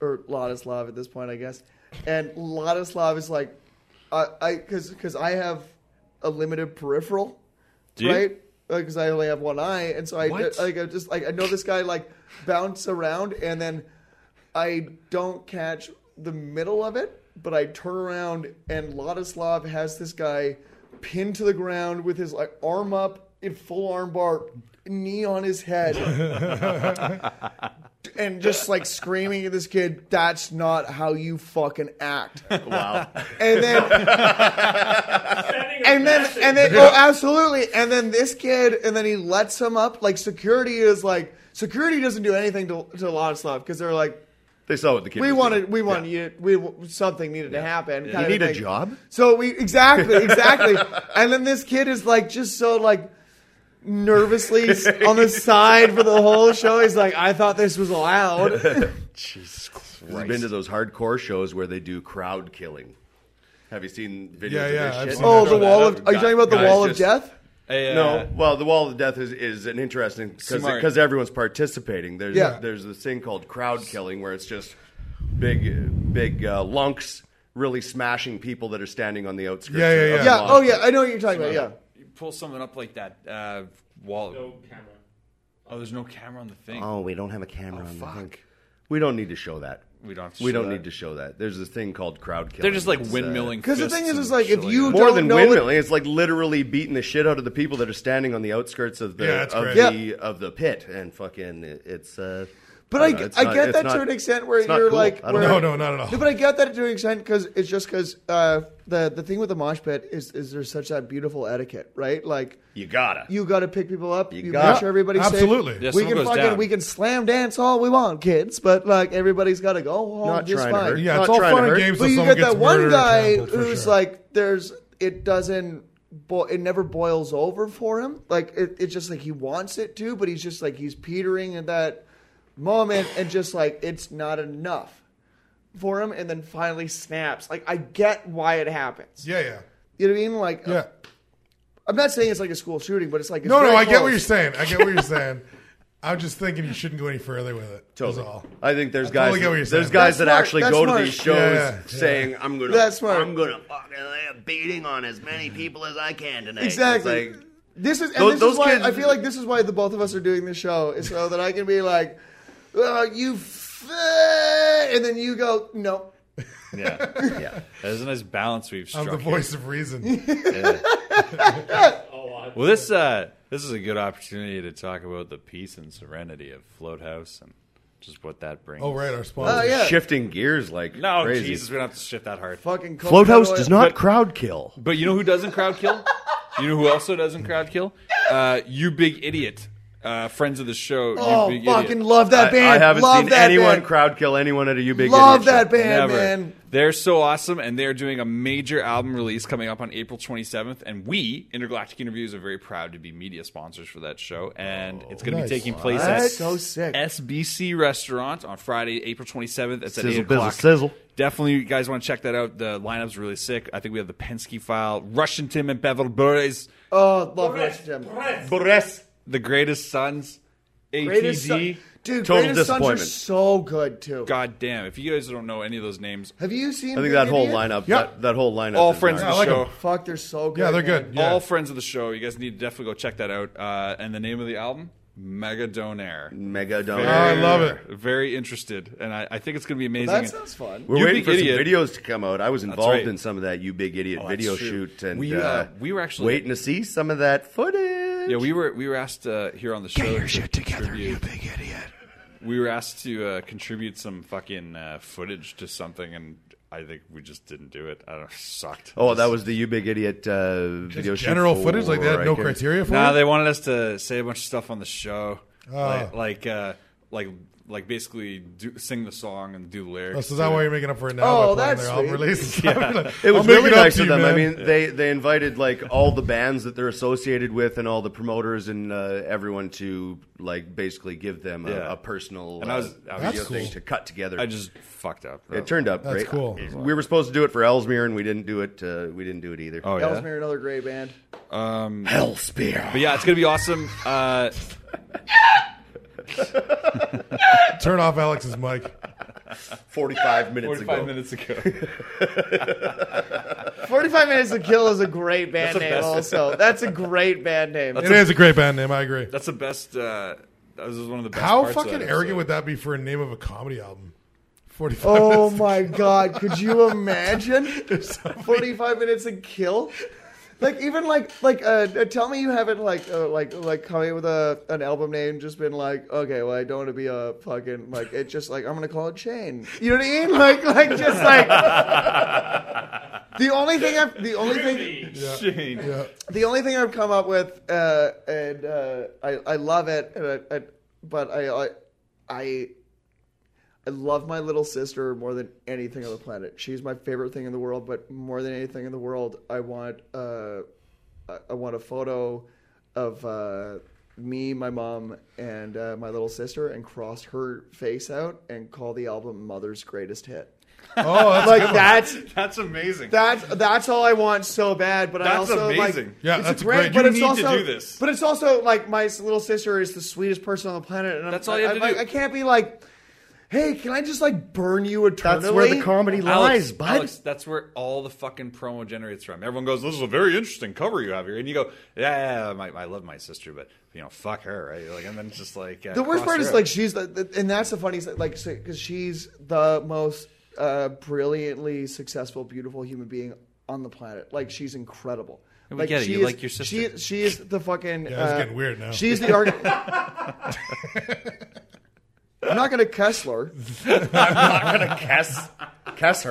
or Ladislav at this point I guess, and Ladislav is like, I I because because I have a limited peripheral
you?
right? Because I only have one eye, and so I
What?
like I just like I know this guy like bounce around, and then I don't catch the middle of it, but I turn around and Ladislav has this guy pinned to the ground with his like arm up in full arm bar, knee on
[laughs]
his head. And just like screaming at this kid, that's not how you fucking act.
Wow.
And then
Sending a
and then
message.
and then oh absolutely and then this kid and then he lets him up like security is like security doesn't do anything to to Ladislav because they're like
They saw what the kid
we
was
wanted
doing.
we wanted you we w- something needed to happen kind of
need a
thing.
job?
so we exactly exactly [laughs] and then this kid is like just so like
[laughs]
nervously s- on the side for the whole show he's like I thought this was
[laughs]
allowed
You've been to those hardcore shows where they do crowd killing. Have you seen videos
Yeah,
of
yeah,
this
I've
shit?
seen
oh
that.
the wall of
Guy-
are you talking about the
guys
wall of
just-
death
Hey, uh,
No, well, the wall of death is, is an interesting
Smart.
because everyone's participating. There's
Yeah.
there's this thing called crowd killing where it's just big big uh, lunks really smashing people that are standing on the outskirts.
Yeah, yeah,
of the
yeah
mosh
oh
pit.
yeah I know what you're talking about yeah
you pull something up like that. Uh, wall.
No camera.
Oh, there's no camera on the thing.
Oh, we don't have a camera on the thing. We don't need to show that.
We don't. Have to
We
show
don't
that.
need to show that. There's this thing called crowd killing.
They're just like
It's, uh,
windmilling.
because the
fists
thing is
and
is like
shit
if you
more
don't
than
know what-
windmilling, it's like literally beating the shit out of the people that are standing on the outskirts of the
Yeah, that's
of
great.
the of the pit, and fucking it- it's. Uh,
But I,
don't know,
get-
it's
I
not-
get
it's
that
not-
to an extent where
it's not
you're
cool.
like,
I don't
where-
know. No, no, not at all.
but I get that to an extent because it's just because uh, the the thing with the mosh pit is is there's such that beautiful etiquette, right? Like
you gotta.
you got to pick people up, you,
gotta-
make sure everybody's
Absolutely.
safe.
Yeah,
we
someone
can
goes
fucking
down.
we can slam dance all we want, kids, but like everybody's got to go home
Not
just
trying to
fine.
hurt.
Yeah,
Not
it's all
trying to
fun and
hurt.
games.
But
till
you
someone
get that
gets
one
murdered or
guy
trampled, for
who's
sure.
like, there's it doesn't. Bo- it never boils over for him. Like it, it's just like he wants it to, but he's just like he's petering in that moment, and just like it's not enough for him, and then finally snaps. Like I get why it happens.
Yeah, yeah,
You know what I mean? Like
yeah.
I'm not saying it's like a school shooting, but it's like it's
No, no,
very
I get what
close.
you're saying. I get
[laughs]
what you're saying. I'm just thinking you shouldn't go any further with it. That's all.
I think there's guys.
totally get what you're
there's
saying.
guys
That's
that
smart.
actually
That's
go
smart.
to these shows
Yeah, yeah, yeah.
saying, "I'm gonna,
That's smart.
I'm gonna fucking lay a beating on as many people as I can tonight." It's
Exactly.
like-
this is and
Those-
this
those
is why
kids-
I feel like this is why the both of us are doing this show is so that I can be like, oh, you, f-, and then you go, no,
Yeah,
[laughs]
yeah. There's a nice balance we've
I'm
struck.
the
here.
voice of reason.
Oh, I-
Well, this uh, this is a good opportunity to talk about the peace and serenity of Float House and just what that brings.
Oh, right, our
oh
sponsor.
yeah,
Shifting gears like
No,
crazy.
Jesus, we don't have to shit that hard.
fucking coconut
Float House
oil.
does not crowd kill.
But you know who doesn't crowd
[laughs]
kill? you know who also doesn't crowd kill? Uh, you big idiot. Uh, friends of the show.
Oh,
you big
fucking
idiot.
love that band.
I, I haven't
love
seen
that
anyone
band.
crowd kill anyone at a U Big
love
Idiot show.
that band,
Never.
man.
They're so awesome, and they're doing a major album release coming up on April 27th. And we, Intergalactic Interviews, are very proud to be media sponsors for that show. And it's going to
nice.
be taking place at
That's so sick.
SBC Restaurant on Friday, April 27th. It's
Sizzle,
at 8
bizzle,
o'clock.
sizzle.
Definitely, you guys want to check that out. The lineup's really sick. I think we have the Penske File, Russian Tim and Bevel Burris,
Oh, love
Press,
Rush Jim.
press.
The Greatest Sons,
Greatest
ATD.
Son- dude,
Total
Greatest Sons are
disappointment.
so good too.
God damn. If you guys don't know any of those names,
Have you seen?
I think
Big
that whole
Idiot?
lineup,
Yeah.
that, that whole lineup,
all
is
friends
nice.
of the
I like
show.
'em.
Fuck, they're so good.
Yeah, they're
man.
good. Yeah.
all friends of the show. You guys need to definitely go check that out. Uh, and the name of the album, Mega Donair.
Mega Dome.
Oh, I love it.
Very interested, and I, I think it's going to be amazing.
That sounds fun.
We're
You
waiting
Big
for
Idiot.
some videos to come out. I was involved
right.
in some of that You Big Idiot
Oh, that's
video
true.
shoot, and
We, uh, we were actually-
waiting to see some of that footage.
bitch.
Yeah, we were we were asked uh, here on the show. to contribute-
big idiot.
We were asked to uh, contribute some fucking uh, footage to something, and I think we just didn't do it. I don't [laughs] know, sucked.
Oh, that was the you big idiot uh, video shoot
General
for-
footage like that, no
I can't-
criteria for
Nah,
it.
they wanted us to say a bunch of stuff on the show,
Ah.
like like uh, like like basically do, sing the song and do lyrics.
Oh, so is that why you're making up for it now?
Oh,
by playing
that's
their album
sweet.
release.
It was really nice of them. I mean, they they invited like all the bands that they're associated with and all the promoters and uh, everyone to like basically give them a,
Yeah.
a personal
And I was-
uh,
I was
video
cool.
thing to cut together.
I just fucked up.
it turned up
That's
great.
cool.
We were supposed to do it for Ellesmere and we didn't do it. Uh, we didn't do it either.
Oh yeah.
Ellesmere, another great band.
Hellspear.
But yeah, it's gonna be awesome. Uh,
[laughs] turn off Alex's mic.
Forty-five minutes ago.
minutes ago.
45 Minutes to Kill is a great band name,
best-
also. That's a great
[laughs]
band name.
It is a great band name. I agree.
That's the best. Uh, that was one of the best.
How
parts of
fucking
that episode.
arrogant would that be for a name of a comedy album? Forty-five.
oh
minutes.
my god, could you imagine? 45 Minutes to Kill? Like even like like uh, uh, tell me you haven't like uh, like like coming with a an album name just been like okay well I don't want to be a fucking like it just like I'm gonna call it Chain you know what I mean like like just like the only thing I've the only thing
Yeah.
the only thing I've come up with, uh, and uh, I, I love it, and I, I, but I, I, I, I love my little sister more than anything on the planet. She's my favorite thing in the world, but more than anything in the world, I want, uh, I- I want a photo of uh, me, my mom, and uh, my little sister, and cross her face out and call the album "Mother's Greatest Hit."
Oh, that's
Like that's
That's amazing.
that's that's all I want so bad, but I
That's
also like
amazing.
Yeah,
it's
that's
great,
great.
but
You
it's
need to
also
do this.
but it's also like my s- little sister is the sweetest person on the planet, and I'm,
That's all you
I,
have to
I, like,
do.
I can't be like, hey, can I just like burn you eternally?
That's where the comedy
Alex,
lies, bud.
Alex, that's where all the fucking promo generates from. Everyone goes, "This is a very interesting cover you have here," and you go, "Yeah, yeah, yeah, my, I love my sister, but you know, fuck her, right?" Like, and then it's just like uh,
the worst
cross
part
her
is
out.
like she's the, the- and that's the funniest like because she's the most uh, brilliantly successful, beautiful human being on the planet. Like she's incredible.
we get it.
she
You
is-
like your sister.
She, she is the fucking.
Yeah, it's
uh,
getting weird now.
She's the arg. I'm
[laughs]
not gonna cuss her,
Kess, Kess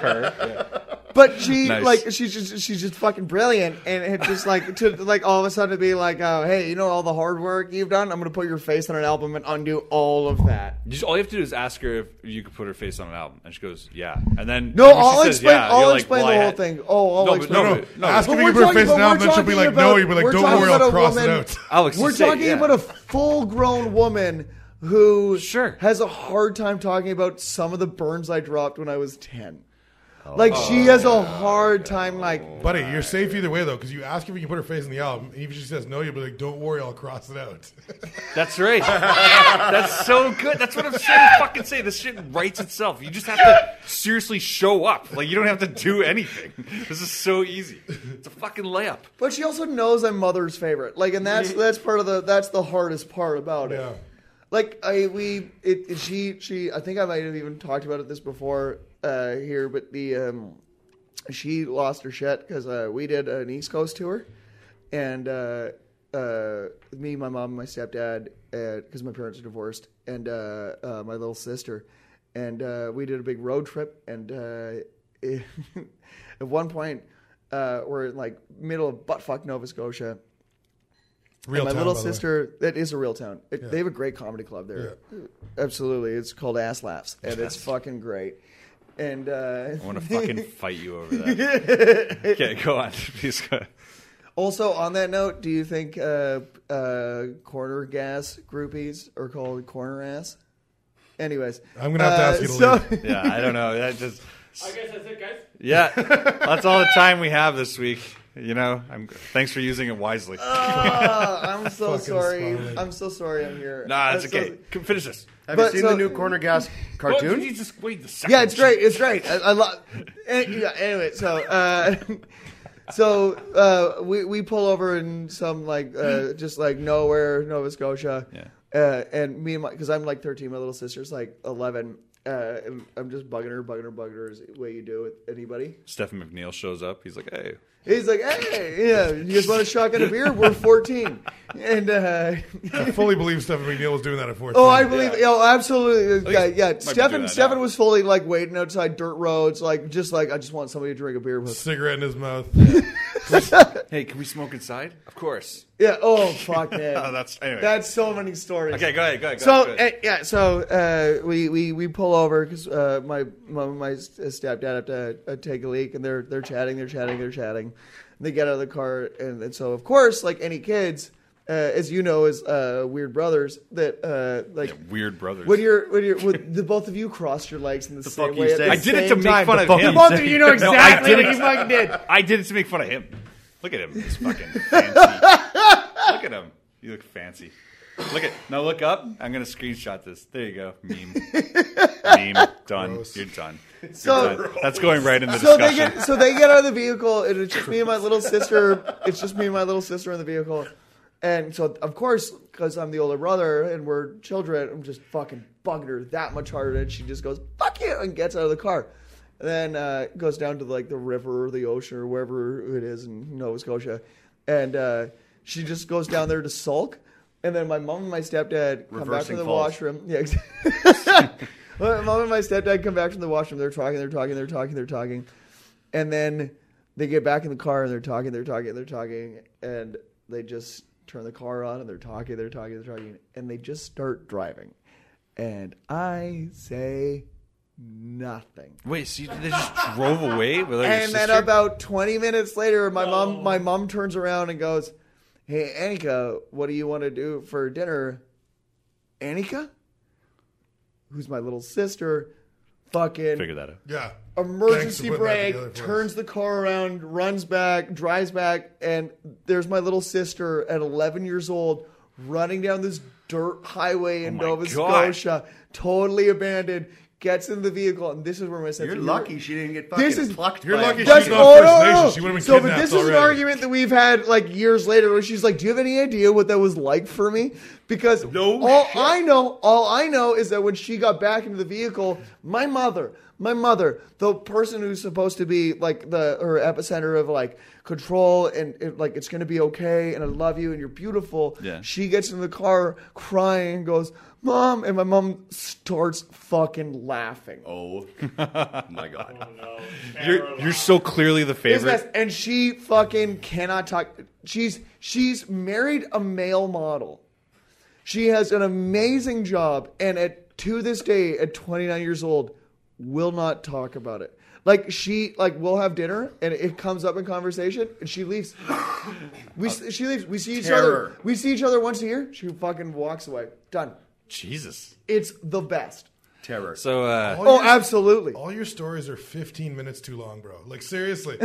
her.
but but she
Nice.
like she's just she's just fucking brilliant, and it just like to like all of a sudden to be like, oh hey, you know all the hard work you've done, I'm gonna put your face on an album and undo all of that.
You just- all you have to do is ask her if you could put her face on an album, and she goes, "Yeah." And then
No,
when she
I'll
says,
explain.
yeah,
I'll
you're like,
explain
"Well,
the
I
whole
had-"
thing. Oh, I'll
No, but
explain.
no,
it.
no,
no.
Ask
But
if you
we're
can put her
talking-
face
but
down,
we're
then she'll be
talking
like, "No,
about-
you'll be like,
we're
"Don't
talking
worry,
about
I'll
a
cross it
woman-
out."
[laughs] Alex,
we're
just say it,
talking
yeah.
about a full grown woman who
Sure.
has a hard time talking about some of the burns I dropped when I was 10.
Oh,
Like, she has a hard time, like,
Buddy, you're safe either way though, because you ask if you can put her face in the album, and if she says no, you'll be like, "Don't worry, I'll cross it out." [laughs]
That's right. [laughs] That's so good. That's what I'm saying. Fucking say this shit writes itself. You just have to seriously show up. Like you don't have to do anything. This is so easy. It's a fucking layup.
but she also knows I'm mother's favorite. Like, and that's that's part of the that's the hardest part about it.
yeah,
like I we it she she I think I might have even talked about it this before uh, here, but the um, she lost her shit because uh, we did an East Coast tour, and uh, uh, me, my mom, my stepdad, because my parents are divorced, and uh, uh, my little sister, and uh, we did a big road trip, and uh, [laughs] at one point uh, we're in like middle of buttfuck Nova Scotia
real.
my
town,
little
by the way.
sister, that is a real town. It, They have a great comedy club there. Absolutely, it's called Ass Laughs, and it's fucking great. And uh,
I want to fucking fight you over that. [laughs] okay, go on. Please go.
also, on that note, do you think uh, uh, corner gas groupies are called corner ass? Anyways,
I'm gonna have to
uh,
ask you to leave.
Yeah, I don't know. That just
I guess that's it, guys.
yeah. [laughs] That's all the time we have this week. You know. I'm, thanks for using it wisely.
[laughs] Ah, I'm so
Fucking
sorry.
smiley.
I'm so sorry. I'm here.
nah, it's
I'm so-
okay. Come finish this.
Have
But
you seen
so-
the new Corner Gas cartoon?
just wait the second.
yeah, it's great. It's great. I, I love. eh, yeah, anyway, so uh, [laughs] so uh, we we pull over in some like uh, just like nowhere, Nova Scotia.
Yeah.
Uh, and me and my because I'm like 13, my little sister's like 11. uh, I'm- I'm just bugging her, bugging her, bugging her is the way you do with anybody.
Stephen McNeil shows up. He's like, hey,
He's like, hey, yeah, you guys want a shotgun of beer? We're 14. And, uh, [laughs]
I fully believe Stephen McNeil was doing that at 14.
oh, I believe, oh, absolutely. Yeah,
least
yeah.
might be doing
Stefan,
that
Stefan
now.
was fully, like, waiting outside dirt roads, like, just like, I just want somebody to drink a beer with.
cigarette in his mouth.
hey, can we smoke inside? Of course.
Yeah,
[laughs]
oh, fuck, man.
that's- anyway.
That's so many stories.
Okay, go ahead, go ahead. Go
So
ahead, go ahead.
uh, yeah, so uh, we, we we pull over because uh, my, my my uh, stepdad had to uh, take a leak, and they're they're chatting, they're chatting, they're chatting. They get out of the car, and, and so of course, like any kids, uh, as you know, as uh, weird brothers, that uh, like
Weird brothers.
when you're when you're when the both of you crossed your legs in the,
fuck
same
you
way. At
say?
the
I did it to
same
make
time.
fun
The
of
fuck
him.
you
Both of you know
[laughs] No,
exactly
I did
what
it-
you [laughs] fucking did.
I did it to make fun of him. Look at him. He's
[laughs]
fucking fancy. look at him. You look fancy. Look at now. Look up. I'm gonna screenshot this. There you go. Meme.
[laughs]
Meme. Done. You're done. You're
So-
done. that's going right in the
[laughs] So they
discussion.
get so they get out of the vehicle, and it's just me and my little sister. It's just me and my little sister in the vehicle, and so of course, because I'm the older brother and we're children, I'm just fucking bugging her that much harder, and she just goes "fuck you" and gets out of the car, and then uh, goes down to like the river or the ocean or wherever it is in Nova Scotia, and uh, she just goes down there to sulk. And then my mom and my stepdad come back from
Reversing
the
falls.
washroom. [laughs] Yeah, exactly. [laughs] My mom and my stepdad come back from the washroom. They're talking, they're talking, they're talking, they're talking. And then they get back in the car and they're talking, they're talking, they're talking. And they just turn the car on and they're talking, they're talking, they're talking. And they just start driving. And I say nothing.
Wait, so you, they just drove away without your
And then
sister? Oh.
about 20 minutes later, my mom my mom turns around and goes, "Hey, Annika, what do you want to do for dinner?" Annika, who's my little sister,
Figure
fucking
that out.
Yeah. Thanks
emergency
for putting that together
brake,
for us.
turns the car around, runs back, drives back, and there's my little sister at 11 years old running down this dirt highway in
Oh my
Nova
God.
Scotia, totally abandoned. Gets in the vehicle, and this is where my sister.
You're lucky she didn't get fucking
This is-
plucked.
You're
by a
lucky
fucking-
That's,
She's
oh,
not
no,
First
no,
Nation.
no.
She would've been
so, but
kidnapped
this is an
already.
argument that we've had like years later where she's like, Do you have any idea what that was like for me? Because
No
all
shit.
I know, all I know is that when she got back into the vehicle, my mother, my mother, the person who's supposed to be like the her epicenter of like control and, and, like it's gonna be okay and I love you and you're beautiful.
Yeah.
She gets in the car crying and goes, Mom, and my mom starts fucking laughing.
Oh [laughs] my god.
No,
You're you're so clearly the
Yes,
favorite.
yes, and she fucking cannot talk. She's she's married a male model. She has an amazing job, and at to this day, at 29 years old, will not talk about it. Like she like we'll have dinner, and it comes up in conversation, and she
[sighs]
leaves. We she leaves. We see each
Terror.
other. We see each other once a year. She fucking walks away. Done.
Jesus.
It's the best.
Terror.
So uh,
All
Oh,
your-
absolutely.
All your stories are 15 minutes too long, bro.
[laughs]
Like, seriously.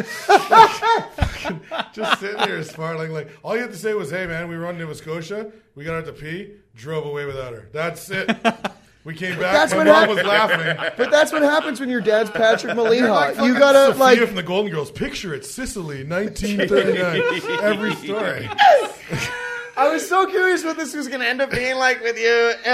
Just sitting here smiling. Like, all you have to say was, hey, man, we run to Nova Scotia. We got out to pee. Drove away without her.
[laughs]
That's it. We came back.
That's
my
what
mom
happened.
was laughing.
[laughs] But that's what happens when your dad's
[laughs]
Patrick Malina.
Fucking
you gotta
Sophia
like
from the Golden Girls. Picture
[laughs]
it. Sicily, 1939. Every story.
I was so curious what this was going to end up being like with you, uh,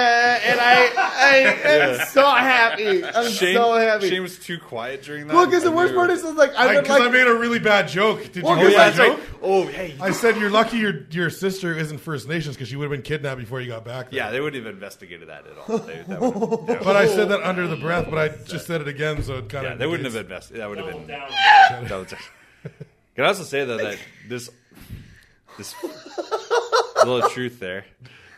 and I, I am so happy. I'm
Shane,
so happy.
Shane was too quiet during that.
well, because the
I
worst
knew-
part is it's like I would
Because I,
like.
made a really bad joke. Did you
Well,
hear
yeah,
my
that's right.
joke?
oh hey,
I said you're lucky your your sister isn't First Nations because she would have been kidnapped before you got back. There.
yeah, they wouldn't have investigated that at all. They, that [laughs] would've- they,
But I said that under the breath, but I just said it again, so it kind
Oh. yeah,
of
they wouldn't have invested. That would have been.
[laughs]
down.
That was- Can I also say though that this this little truth there.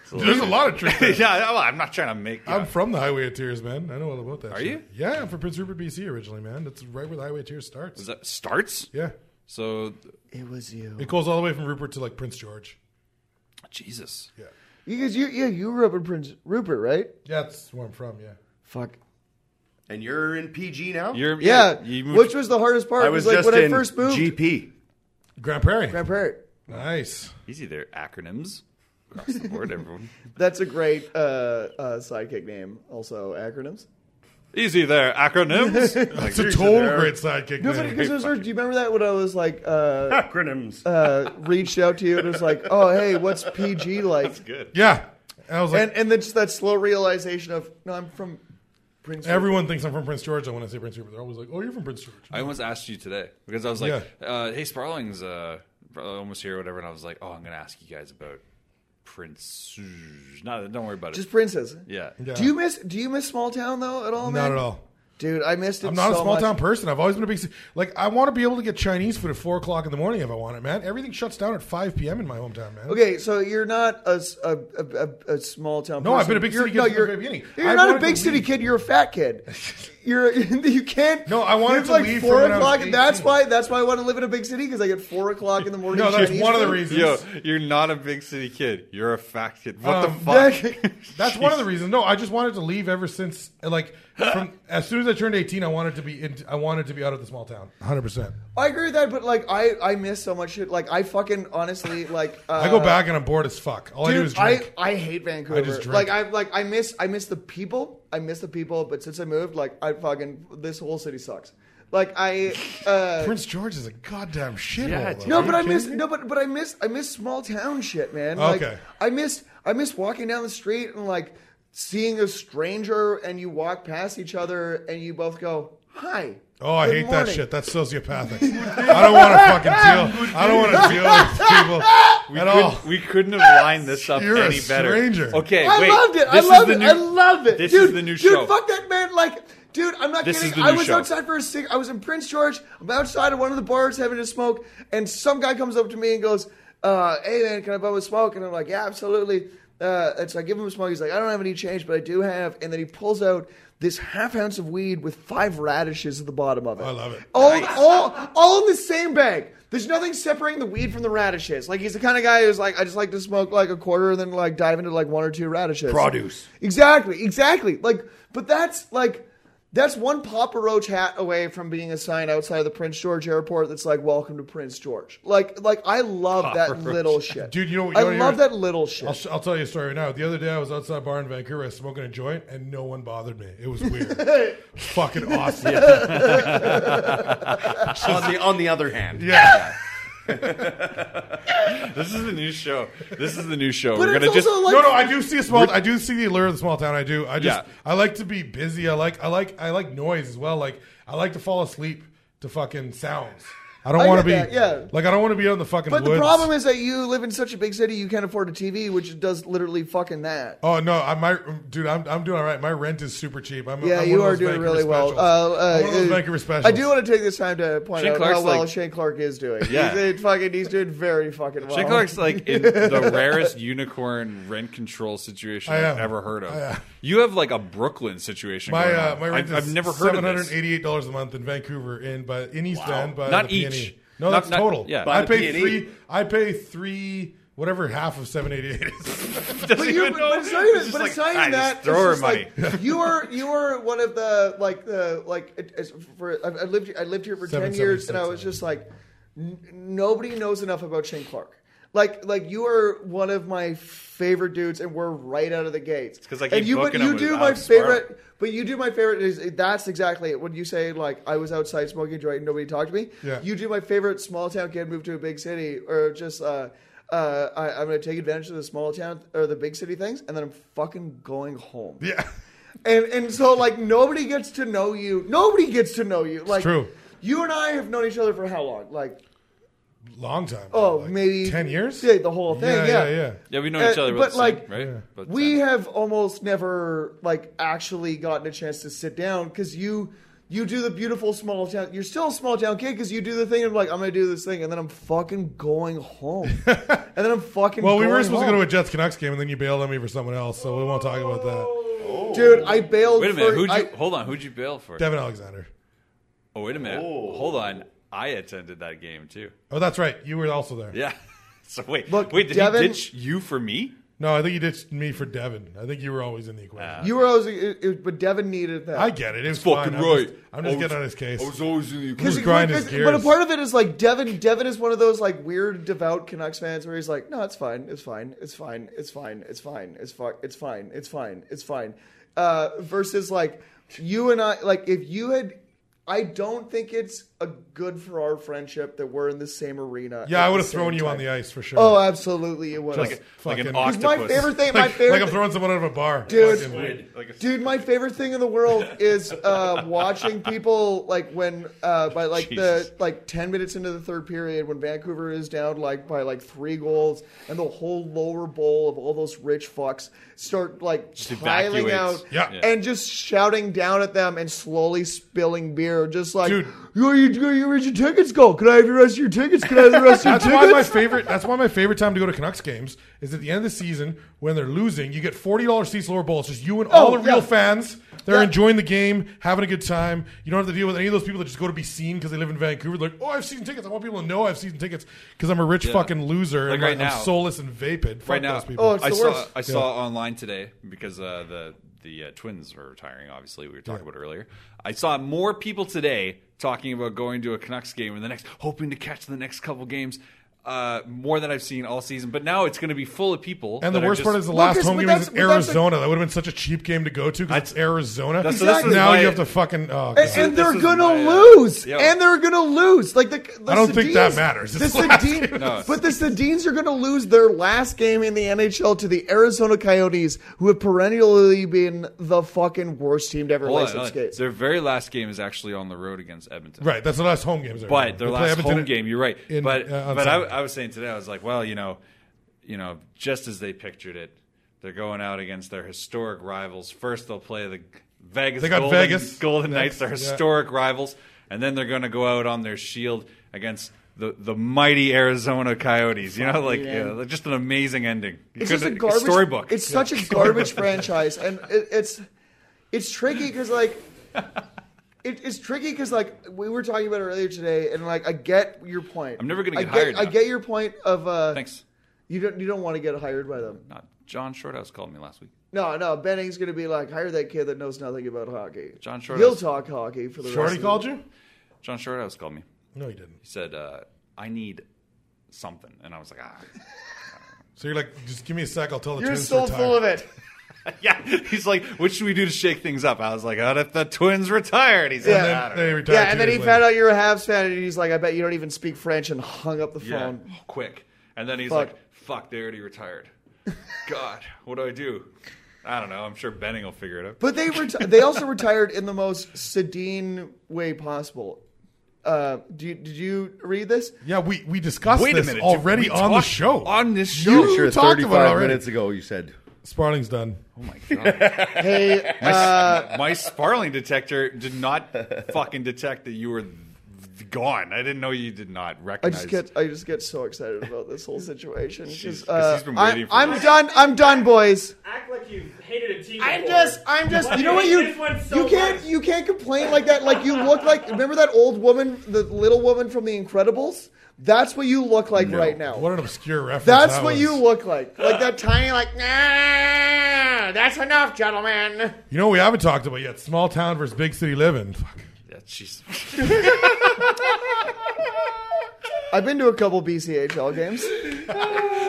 It's little
There's a
truth.
lot of truth. there.
[laughs] yeah, well, I'm not trying to make.
I'm from the Highway of Tears, man. I know all about that.
Are
shit.
you?
Yeah, I'm from Prince Rupert, BC, originally, man. That's right where the Highway of Tears starts.
Is that starts?
yeah,
So,
it was you.
it goes all the way from Rupert to like Prince George.
Jesus.
Yeah,
Because you, yeah, you were up in Prince Rupert, right?
yeah, that's where I'm from. Yeah,
Fuck.
and you're in PG now.
You're
Yeah.
You moved,
which was the hardest part?
I
was
was
like
just
when
in
I first moved.
GP.
Grand Prairie.
Grand Prairie.
nice.
easy there. Acronyms across the board. Everyone.
That's a great uh, uh, sidekick name. Also acronyms.
Easy there. Acronyms.
It's a total great sidekick.
No,
man.
but because those are. Do you remember that when I was like uh,
Acronyms.
uh, reached out to you and was like, oh hey, what's PG like?
Good.
yeah, I was like,
and and then just that slow realization of no, I'm from
Prince Everyone thinks I'm from Prince George. And when I say Prince Rupert, they're always like, "Oh, you're from Prince George."
I almost asked you today because I was like, uh, "Hey, Sparling's uh, almost here, or whatever," and I was like, "Oh, I'm going to ask you guys about Prince." No, don't worry about it.
Just princes.
yeah.
Yeah.
Do you miss Do you miss small town though at all?
Not
man?
at all.
dud. I missed it.
I'm not a
so
small
much.
town person. I've always been a big ci- like. I want to be able to get Chinese food at four o'clock in the morning if I want it, man. Everything shuts down at five p.m. in my hometown, man.
Okay, so you're not a, s- a- a- a- a small town.
No, I've
person.
been a big
You're-
city kid
no,
from the
you're,
very beginning.
You're
I
not a
wanted
big
to
city
leave.
kid. You're a fat kid.
[laughs]
You're [laughs] you can't.
No, I wanted
live
to
like
leave
four
from when I was
o'clock. That's
18.
why. That's why I want to live in a big city because I get four o'clock in the morning.
No, that's
Chinese
one of the
food.
reasons.
Yo, you're not a big city kid. You're a fat kid. What
[laughs] Um,
the fuck?
That's one of the reasons. No, I just wanted to leave ever since. Like, from as soon as I turned eighteen, I wanted to be in. I wanted to be out of the small town. Hundred percent.
I agree with that, but like I, I miss so much shit. Like I fucking honestly like. Uh,
I go back and I'm bored as fuck. All I do is
Dude, I,
drink.
I, hate Vancouver.
I just drink.
Like I like I miss I miss the people. I miss the people. But since I moved, like I fucking this whole city sucks. Like I
[laughs]
uh,
Prince George is a goddamn shithole.
Yeah,
though.
dude.
no,
Are you
but I
kidding
miss
me?
no, but but I miss I miss small town shit, man.
Okay.
Like I miss I miss walking down the street and like seeing a stranger and you walk past each other and you both go hi.
Oh, I
good
hate that
morning."
shit. That's sociopathic. I don't want to fucking deal. I don't want to deal with people at all.
we couldn't have lined this up
You're a
any better.
stranger.
Okay,
I
wait.
loved it. I
This is
love
the
it.
new-
I love it.
This
dude,
is the new
dude,
show.
fuck that man. Like, dude, I'm not
This
kidding.
is the
I
new
was
show.
outside for a cig. I was in Prince George. I'm outside of one of the bars having a smoke, and some guy comes up to me and goes, uh, "Hey man, can I bum a smoke?" And I'm like, "Yeah, absolutely." Uh, and so I give him a smoke. He's like, "I don't have any change, but I do have." And then he pulls out this half ounce of weed with five radishes at the bottom of it. Oh,
I love it.
All, all, all in the same bag. There's nothing separating the weed from the radishes. Like he's the kind of guy who's like, I just like to smoke like a quarter and then like dive into like one or two radishes.
Produce.
Exactly, exactly. Like, but that's like, that's one Papa Roach hat away from being a sign outside of the Prince George Airport that's like, "Welcome to Prince George." Like, like I love that little shit,
Dude, you know what- you
I
wanna hear
love
it?
that little shit.
I'll, sh- I'll tell you a story right now. The other day, I was outside a bar in Vancouver, I was smoking a joint, and no one bothered me. It was
[laughs]
weird. Fucking awesome. Yeah.
on the on the other hand,
This is the new show. This is the new show.
[laughs] but
We're
it's
gonna
also
just
like,
no, no, I do see a small. I do see the allure of the small town. I do. I just.
Yeah.
I like to be busy. I like. I like. I like noise as well. Like I like to fall asleep to fucking sounds. I don't
I
want to
get
be.
that, yeah.
Like I don't want to be out in the fucking.
but the
woods.
problem is that you live in such a big city, you can't afford a TV, which does literally fucking that.
Oh no, I my dude, I'm I'm doing all right. My rent is super cheap. I'm
Yeah,
I'm
you
one
are
of those
doing
Vancouver
really well.
specials.
Uh, uh,
I'm one of those
uh,
Vancouver specials.
I do want to take this time to point
Shane
out
Clark's
how well
like-
Shane Clark is doing.
Yeah.
he's, he's fucking, he's doing very fucking well.
Shane Clark's like
[laughs]
in the rarest unicorn rent control situation
I
I've
am.
ever heard of.
I am.
You have like a Brooklyn situation.
my
going
uh,
on.
my rent
I've,
is
I've never heard
seven
of
hundred
this. [laughs]
eighty-eight dollars a month in Vancouver in by in East End, by
Not
the
each.
P&E. No,
Not-
that's
not-
total.
yeah. By
I
the
pay
P&E.
three. I pay three. Whatever half of seven eighty-eight [laughs] is.
Doesn't
But, you,
even
but,
know.
but it's not even,
just
but it's
like,
not even
I just
that.
throw
it's
her
just Like, you are you are one of the like the like it- it's for I I lived I lived here for ten years and I was just like n- nobody knows enough about Shane Clark. Like like you are one of my favorite dudes and we're right out of the gates.
'cause I keep
and you but
booking him
you
with
do my
Alex Sparrow.
favorite but you do my favorite is that's exactly it. When you say like I was outside smoking a joint and nobody talked to me,
Yeah.
you do my favorite small town kid move to a big city or just uh, uh, I, I'm going to take advantage of the small town or the big city things, and then I'm fucking going home.
yeah,
And and so like nobody gets to know you. Nobody gets to know you. Like
true.
You and I have known each other for how long? Like
long time.
oh
Like
maybe
ten years.
Yeah, the whole thing.
Yeah,
Yeah,
yeah, yeah.
Yeah, we know each
Uh,
other,
but
about the
like,
same, right? uh, About the
we
same.
have almost never like actually gotten a chance to sit down because you you do the beautiful small town you're still a small town kid because you do the thing of like i'm gonna do this thing and then i'm fucking going
[laughs]
home and then i'm fucking
Well, we
going
were supposed to go
home.
to a Jets Canucks game, and then you bailed on me for someone else, so we won't talk about that.
dude i bailed
Wait a minute.
for,
Who'd you
I-
hold on? Who'd you bail for?
Devin Alexander.
oh, wait a minute. Hold on. I attended that game too.
Oh, that's right. You were also there.
Yeah. [laughs] So wait,
Look,
wait. Did
Devin-
he ditch you for me?
No, I think you ditched me for Devin. I think you were always in the equation.
you were always it, it- but devin needed that
I get it. It's
Fucking
fine. I'm
right.
just, I'm just
I
getting
was-
on his case.
I was always in the.
Who's grinding his
But a
gears?
part of it is like Devin. Devin is one of those like weird devout Canucks fans where he's like, "No, it's fine, it's fine, it's fine, it's fine, it's fine, it's fine, it's fine, it's fine, it's fine." Uh, versus like you and I, like if you had, I don't think it's a good for our friendship that we're in the same arena.
Yeah,
at
I
the
would have
same
thrown you on
time.
the ice for sure.
Oh, absolutely, it was.
like, a, like an
Fucking-
Because my
octopus.
favorite thing, my
like,
favorite,
like I'm throwing someone out of a bar.
Dude.
Fucking-
dude, my favorite thing in the
[laughs]
world is uh, watching people like when uh, by like
Jesus.
the like ten minutes into the third period when Vancouver is down like by like three goals and the whole lower bowl of all those rich fucks start like piling
evacuates.
out
Yeah. Yeah.
and just shouting down at them and slowly spilling beer, just like,
Dude.
"Yo, you, you, you, where's your tickets go? Can I have your rest of your tickets? Can I have the rest of your
That's why my
tickets?"
favorite. That's why my favorite time to go to Canucks games is at the end of the season when they're losing. You get forty dollars seats lower bowl. It's just you and all
Oh,
the real
yeah.
fans. They're
Yeah.
enjoying the game, having a good time. You don't have to deal with any of those people that just go to be seen because they live in Vancouver. They're like, oh, I've season tickets. I want people to know I've season tickets because I'm a rich fucking loser
Like
and
right
I'm
now.
soulless and vapid. Fuck
right now.
those people.
Oh, it's
I
the
saw
worst.
I saw online today because uh, the the uh, Twins are retiring. Obviously, we were talking about earlier. I saw more people today talking about going to a Canucks game and the next, hoping to catch the next couple games. Uh, more than I've seen all season, but now it's going to be full of people.
and the
that are
worst
just-
part is the
No,
last
'cause-
home
but
game is
that's-
in
but that's like-
Arizona. that would have been such a cheap game to go to because it's Arizona.
That's- so this is
now
why
you
it-
have to fucking. Oh,
and,
God.
and they're
is
gonna
my, uh,
lose.
yeah.
And they're gonna lose. Like the, the
I don't think that
Sedins-
matters.
The
It's the last [laughs]
Sedin-
game.
but the Sedines are gonna lose their last game in the NHL to the Arizona Coyotes, who have perennially been the fucking worst team to ever
Hold
lay
on,
some
hold on.
skates.
Their very last game is actually on the road against Edmonton.
Right, that's the last home games.
But their
They play
last
Edmonton
home
at-
game, you're right.
in,
but
uh, on
but I,
Sunday.
I was saying today, I was like, well, you know, you know, just as they pictured it, they're going out against their historic rivals. First, they'll play the Vegas.
They got
Golden,
Vegas
Golden
next,
Knights, their
yeah.
historic rivals, and then they're going to go out on their shield against. The, the mighty Arizona Coyotes, you know, like
man.
yeah, like, just an amazing ending. You
it's just a
couldn't-
garbage
storybook.
It's such a garbage [laughs] franchise, and it, it's it's tricky because like it, it's tricky because like we were talking about it earlier today, and like I get your point.
I'm never gonna
I
get hired
I
now.
get your point of uh,
Thanks.
You don't you don't want to get hired by them.
Not John Shorthouse called me last week.
No, no, Benning's gonna be like, hire that kid that knows nothing about hockey.
John Shorthouse.
He'll talk hockey for the rest
Shorty
of
called you?
John Shorthouse called me.
No, he didn't.
He said, uh, "I need something," and I was like, "Ah."
So you're like, just give me a sec. I'll tell the
You're
twins
still
to retire.
full of it.
[laughs] Yeah, he's like, what should we do to shake things up? I was like, what if the twins retired? He's
Yeah.
like,
And then they retired
Yeah,
two
and then he
days later.
found out you're a Habs fan, and he's like, I bet you don't even speak French, and hung up the
yeah,
phone.
quick. And then he's
Fuck.
like, fuck, they already retired. [laughs] God, what do I do? I don't know. I'm sure Benning will figure it out.
But they reti- they also retired in the most sedine way possible. Uh, do you, did you read this?
Yeah, we, we discussed
Wait a
this
minute, did
already
we
on the
talk
show.
On this show,
You
sure,
talked about it
35
already.
minutes ago, you said.
Sparling's done.
Hey,
[laughs] my Sparling detector did not fucking detect that you were th- gone. I didn't know you did not
I
recognize.
just get I just get so excited about this whole situation. 'cause,
'cause
uh,
he's been
I,
waiting for
I'm
this.
done. I'm done, boys.
Act like you hated a team.
I'm
before.
just, I'm just.
Why
You know
do
what
you
you
hate this one so
you can't
much?
you can't complain like that. Like you look like. Remember that old woman, the little woman from The Incredibles. That's what you look like right now.
What an obscure reference.
That's
that
what
was.
you look like. Like that tiny, like nah. That's enough, gentlemen.
You know, what we haven't talked about yet. Small town versus big city living. Fuck.
Yeah, jeez.
I've been to a couple BCHL games.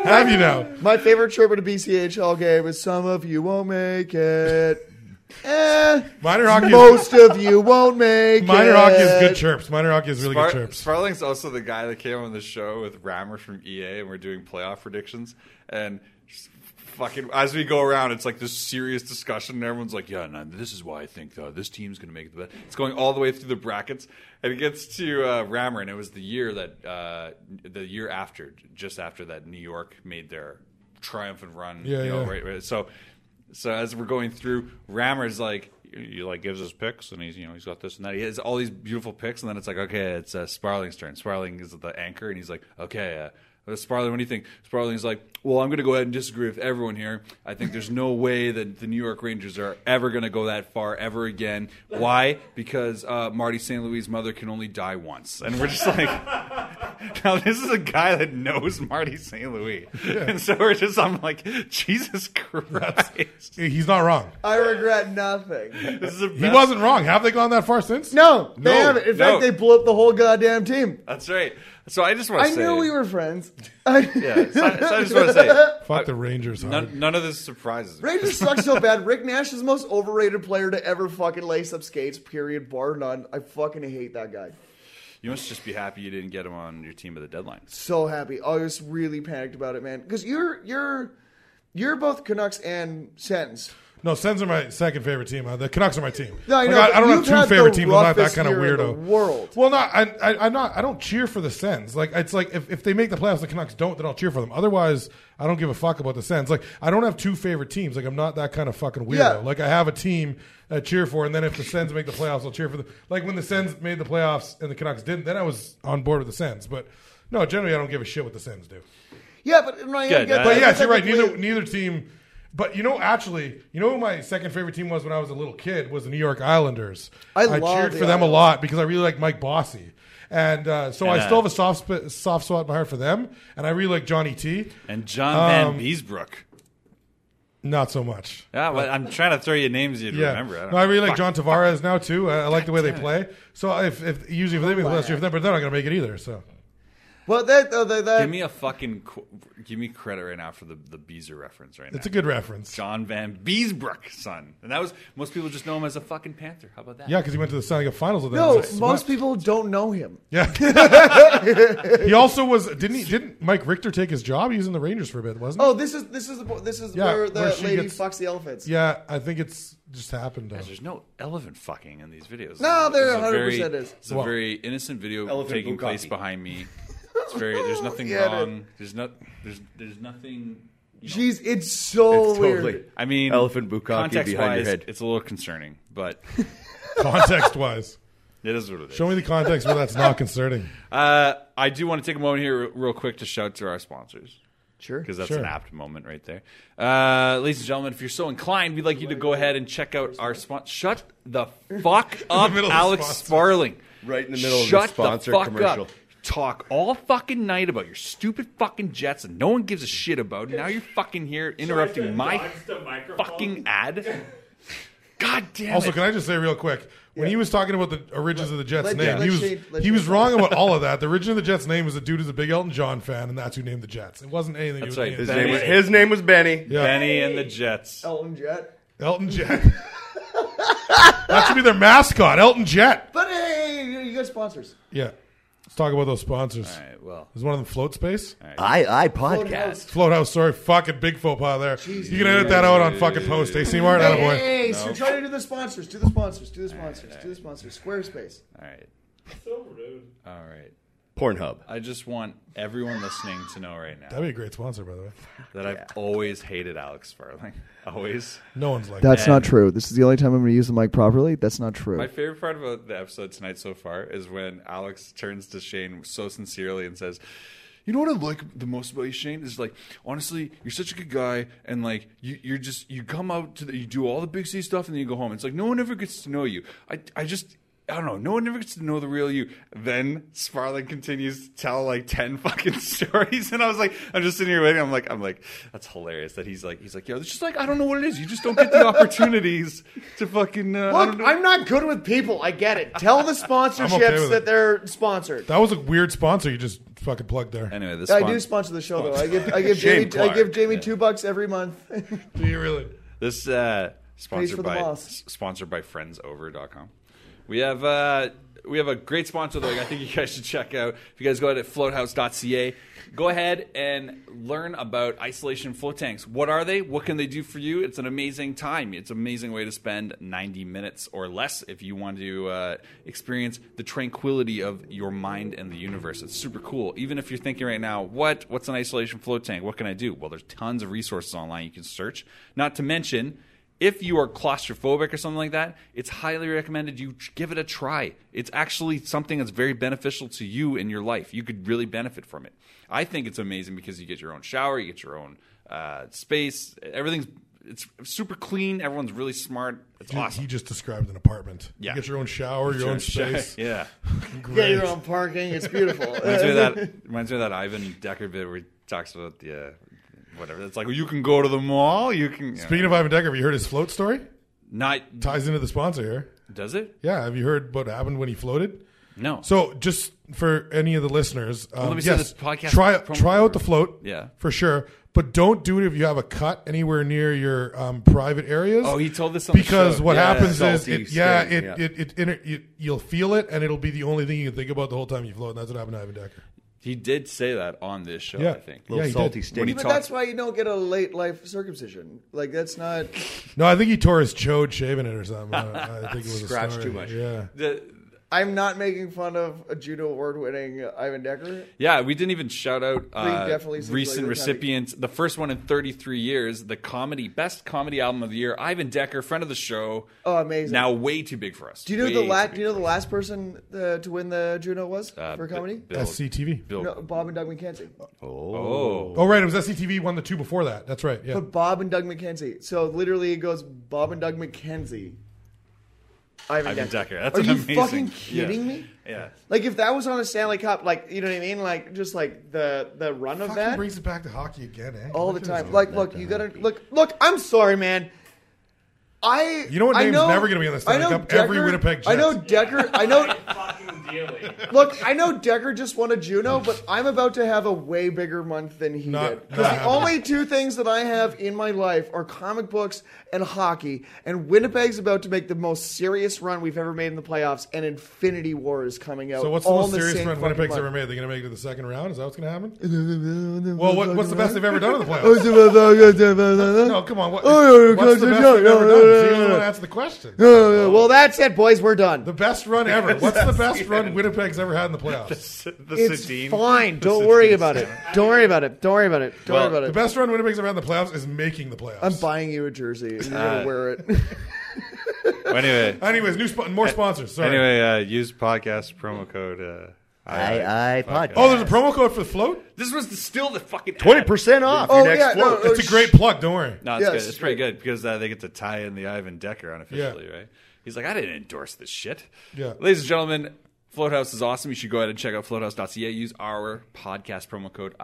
Have you now?
My favorite trip at a BCHL game is some of you won't make it.
[laughs]
Eh,
Minor hockey. Is,
most of you won't make
minor
it.
hockey is good chirps. Minor hockey is really good
Spar-
chirps.
Sparling's also the guy that came on the show with Rammer from EA, and we're doing playoff predictions. And just fucking, as we go around, it's like this serious discussion, and everyone's like, "Yeah, no, this is why I think uh, this team's going to make the best." It's going all the way through the brackets, and it gets to uh, Rammer, and it was the year that uh, the year after, just after that, New York made their triumphant run.
Yeah,
you know,
yeah.
right, right. So, so as we're going through, Rammer's like he like gives us picks, and he's you know he's got this and that. He has all these beautiful picks, and then it's like okay, it's uh, Sparling's turn. Sparling is the anchor, and he's like okay. Uh, Sparling, what do you think? Sparling's like, well, I'm going to go ahead and disagree with everyone here. I think there's no way that the New York Rangers are ever going to go that far ever again. Why? Because uh, Marty St. Louis' mother can only die once, and we're just like, [laughs] now this is a guy that knows Marty St. Louis, and so we're just I'm like Jesus
[laughs]
Christ,
He's not wrong.
I regret nothing.
this is the best.
He wasn't wrong. Have they gone that far since?
No, they
No,
haven't. In
no.
fact, they blew up the whole goddamn team.
That's right. So I just want
I
to say.
knew we were friends. I,
[laughs] Yeah, so, I- so I just want to say
[laughs]
Fuck the Rangers.
none,
Howard.
none of this surprises me.
Rangers suck so bad. Rick Nash is the most overrated player to ever fucking lace up skates. Period. Bar none. I fucking hate that guy.
You must just be happy you didn't get him on your team at the deadline.
So happy. I was really panicked about it, man. Because you're you're you're both Canucks and Sens.
No, Sens are my second favorite team. Uh, The Canucks are my team.
No, I know,
I,
but
I don't
you've
have
had
two
the
favorite teams. I'm not that
roughest
kind of
year in the
weirdo.
world.
Well, no, I, I, I'm not. I don't cheer for the Sens. Like it's like if, if they make the playoffs, the Canucks don't. Then I'll cheer for them. Otherwise, I don't give a fuck about the Sens. Like I don't have two favorite teams. Like I'm not that kind of fucking weirdo.
Yeah.
Like I have a team I cheer for, and then if the Sens make the playoffs, I'll cheer for them. Like when the Sens made the playoffs and the Canucks didn't, then I was on board with the Sens. But no, generally I don't give a shit what the Sens do.
Yeah, but no, I
Good,
get
uh,
But
that.
yes, you're right. Neither
Technically-
neither team. But you know, actually, you know who my second favorite team was when I was a little kid was the New York Islanders.
I
cheered
love the
for them a
Islanders.
lot because I really like Mike Bossy, and uh, so I
And, uh,
still have a soft sp- soft spot in my heart for them. And I really like Johnny T.
And John
Um,
Van Beesbrook.
Not so much.
Yeah, well, I'm trying to throw you names you'd
Yeah,
remember. I don't
no, I
know.
really like John Tavares now too. I, I like the way they play. So if, if usually if they make the last year for them, but they're not going to make it either. So
Well, that though, that, that
Give me a fucking qu- give me credit right now for the the Beezer reference right now.
it's a good reference.
John Van Beesbrook, son, and that was most people just know him as a fucking Panther. How about that?
Yeah, because he went to the Stanley Cup Finals with them.
no,
and they
most
swept.
people don't know him. [laughs]
Yeah. he also was didn't he didn't Mike Richter take his job? He was in the Rangers for a bit, wasn't he?
Oh, this is this is the, po- this is
Yeah,
where the
where she
lady
gets-
fucks the elephants.
Yeah, I think it's just happened. uh,
There's no elephant fucking in these videos.
No,
This
there
is a
100%
very-
is.
It's a
Well-
very innocent video
Elephant
taking
bukkake.
place behind
[laughs]
me. It's very. There's nothing
Yeah, dude.
wrong. There's not. There's there's nothing. you know.
Jeez, it's so
It's
weird.
totally-
I mean,
Elephant bukkake behind your
context-wise,
head.
It's a little concerning,
[laughs]
but
Context wise,
it is what it is.
show me the context where that's
[laughs]
not concerning.
Uh, I do want to take a moment here, re- real quick, to shout to our sponsors.
Sure.
Because that's
Sure.
an apt moment right there. Uh, ladies and gentlemen, if you're so inclined, we'd like you to go ahead and check out our sponsor. Shut the
[laughs]
fuck up,
middle of
Alex
sponsors.
Sparling.
Right in the middle of the
Shut
sponsor
the fuck
commercial.
Up. Talk all fucking night about your stupid fucking Jets and no one gives a shit about. And now you're fucking here interrupting my fucking
[laughs]
ad. God damn
Also,
it.
can I just say real quick when he was talking about the origins of the Jets'
Let-
name,
let
he was
Shane- let
he was
Shane-
wrong about all
[laughs]
of that. The origin of the Jets' name was a dude who's a big Elton John fan, and that's who named the Jets. It wasn't anything.
That's
to do
right.
with
His
the
name,
name.
was, his name was Benny.
Yeah.
Benny and the Jets.
Elton Jet.
Elton Jet. that should be their mascot, Elton Jet.
But hey, you- you got [laughs] sponsors.
Yeah. Let's talk about those sponsors.
All right, well,
Is one of them Float Space?
I I
House.
podcast.
Float House, sorry, fucking big faux pas there. you can edit that out on fucking post. AC Martin,
Hey,
attaboy.
hey, hey, so you're trying to do the sponsors. Do the sponsors. Do the sponsors. Do the sponsors. Squarespace.
all right,
So rude.
all right.
Pornhub.
I just want everyone listening to know right now.
That'd be a great sponsor, by the way.
that I've always hated Alex Sparling. Always.
No one's like
That's
not
not true. This is the only time I'm going to use the mic properly. That's not true.
My favorite part about the episode tonight so far is when Alex turns to Shane so sincerely and says, you know what I like the most about you, Shane, is like honestly, you're such a good guy, and like you, you're just you come out to the, you do all the big C stuff, and then you go home. It's like no one ever gets to know you. I, I just I don't know. No one ever gets to know the real you. Then Sparling continues to tell like ten [laughs] fucking stories, and I was like, I'm just sitting here waiting. I'm like, I'm like, that's hilarious that he's like, he's like, yo, it's just like I don't know what it is. You just don't get the opportunities to fucking. Uh, I don't
Look,
know.
I'm not good with people. I get it. [laughs] Tell the sponsorships
with
that
it.
they're sponsored.
That was a weird sponsor you just fucking plugged there.
anyway. This
I
spon-
do sponsor the show though. I give I give
Shane
Jamie I give
Clark.
Jamie two bucks every month. [laughs]
Do you really?
This uh,
for the
sponsored by
boss.
s- sponsored by friendsover.com. We have uh, we have a great sponsor that I think you guys should check out. If you guys go out at floathouse.ca, go ahead and learn about isolation float tanks. What are they? What can they do for you? It's an amazing time. It's an amazing way to spend 90 minutes or less if you want to uh, experience the tranquility of your mind and the universe. It's super cool. Even if you're thinking right now, what what's an isolation float tank? What can I do? Well, there's tons of resources online you can search. Not to mention if you are claustrophobic or something like that, it's highly recommended you tr- give it a try. It's actually something that's very beneficial to you in your life. You could really benefit from it. I think it's amazing because you get your own shower, you get your own uh, space. Everything's it's super clean. Everyone's really smart. It's
Dude,
awesome.
He just described an apartment.
Yeah.
You get your own shower, your, own space.
[laughs] Yeah.
Get
Great.
your own parking. It's [laughs] beautiful.
reminds me of that
[laughs]
reminds me of that Ivan Decker bit where he talks about the uh, whatever. It's like you can go to the mall. You can you
Speaking of Ivan Decker, have you heard his float story?
not
Ties into the sponsor here.
does it?
Yeah, have you heard what happened when he floated?
No.
So just for any of the listeners, um,
let me see
yes,
this podcast
try
promo
try
code.
out the float.
Yeah.
for sure. But don't do it if you have a cut anywhere near your um, private areas.
Oh, he told this on the
because
show.
what
Yeah,
happens
yeah.
is,
Salty
it, yeah,
sting,
it,
yeah.
It, it, inter- you, you'll feel it, and it'll be the only thing you can think about the whole time you float. And that's what happened to Ivan Decker.
He did say that on this show,
Yeah,
I think.
yeah,
little
he
salty
did.
sting.
he
But
talk-
that's why you don't get a late life circumcision. Like that's not.
No, I think he tore his chode shaving it or something. I, don't- I think it was
Scratched
a story.
too much.
Yeah,
The-
I'm not making fun of a judo award winning Ivan Decker.
yeah, we didn't even shout out uh,
definitely seems like
recent
we're having-
recipients. The first one in 33 years, the comedy best comedy album of the year, Ivan Decker, friend of the show.
Oh, amazing.
Now way too big for us.
do you know
Way
the
too
last?
big
Do you know
for
the
us.
last person uh, to win the Juno was
Uh,
for
Bi-
comedy?
Bill-
SCTV.
Bill-
no, Bob and Doug McKenzie.
Oh,
Oh, right, it was SCTV won the two before that. That's right. Yeah,
But Bob and Doug McKenzie. So literally, it goes Bob and Doug McKenzie. Ivan,
Ivan Decker. That's
Are you
amazing.
fucking
Yeah.
kidding me?
yeah.
Like if that was on a Stanley Cup, like you know what I mean? Like just like the the run of
Fucking
that
brings it back to hockey again, eh?
all the
Look at
time.
this.
Like look, you gotta look look. I'm sorry, man. I
You know what
I
name's
know-
never gonna be on the Stanley
I know
Cup? Every Winnipeg
I know
Jets.
Decker. I know.
Fucking dearly.
[laughs] Look, I know Decker just won a Juno, but I'm about to have a way bigger month than he
Not-
did.
not
Because the
happening.
only two things that I have in my life are comic books and hockey, and Winnipeg's about to make the most serious run we've ever made in the playoffs, and Infinity War is coming out.
So what's the
all
most
in the
serious
same
run Winnipeg's ever
fucking
made? They're going to make it to the second round. Is that what's going to happen?
month.
Well, what, what's the
[laughs]
best they've ever done in the playoffs?
no,
No, come on. What,
Oh, yeah,
what's the
yeah,
best
yeah,
they've ever
yeah,
done?
yeah,
See, you
yeah,
don't
yeah.
wanna answer the question.
[laughs] Well, that's it, boys. We're done.
The
[laughs]
best run ever. What's the best run Winnipeg's ever had in the playoffs?
the
It's
Sedin.
fine. Don't worry about it. Don't worry about it. Don't worry about it. Don't worry
The
about it.
best run Winnipeg's ever had in the playoffs is making the playoffs.
I'm buying you a jersey. and You're gonna
Uh,
wear it.
anyway,
Anyways, new spo- more sponsors. Sorry.
anyway, uh, use podcast promo code. Uh,
I I podcast.
Oh, there's a promo code for the float.
This was the, still the fucking ad.
Twenty percent off
Oh,
your next
yeah, no,
float.
uh,
It's a great plug. Don't worry.
No, it's
Yes.
good. It's pretty good because uh, they get to tie in the Ivan Decker unofficially, right? He's like, I didn't endorse this shit.
Yeah.
Ladies and gentlemen, Floathouse is awesome. You should go ahead and check out floathouse.ca. Use our podcast promo code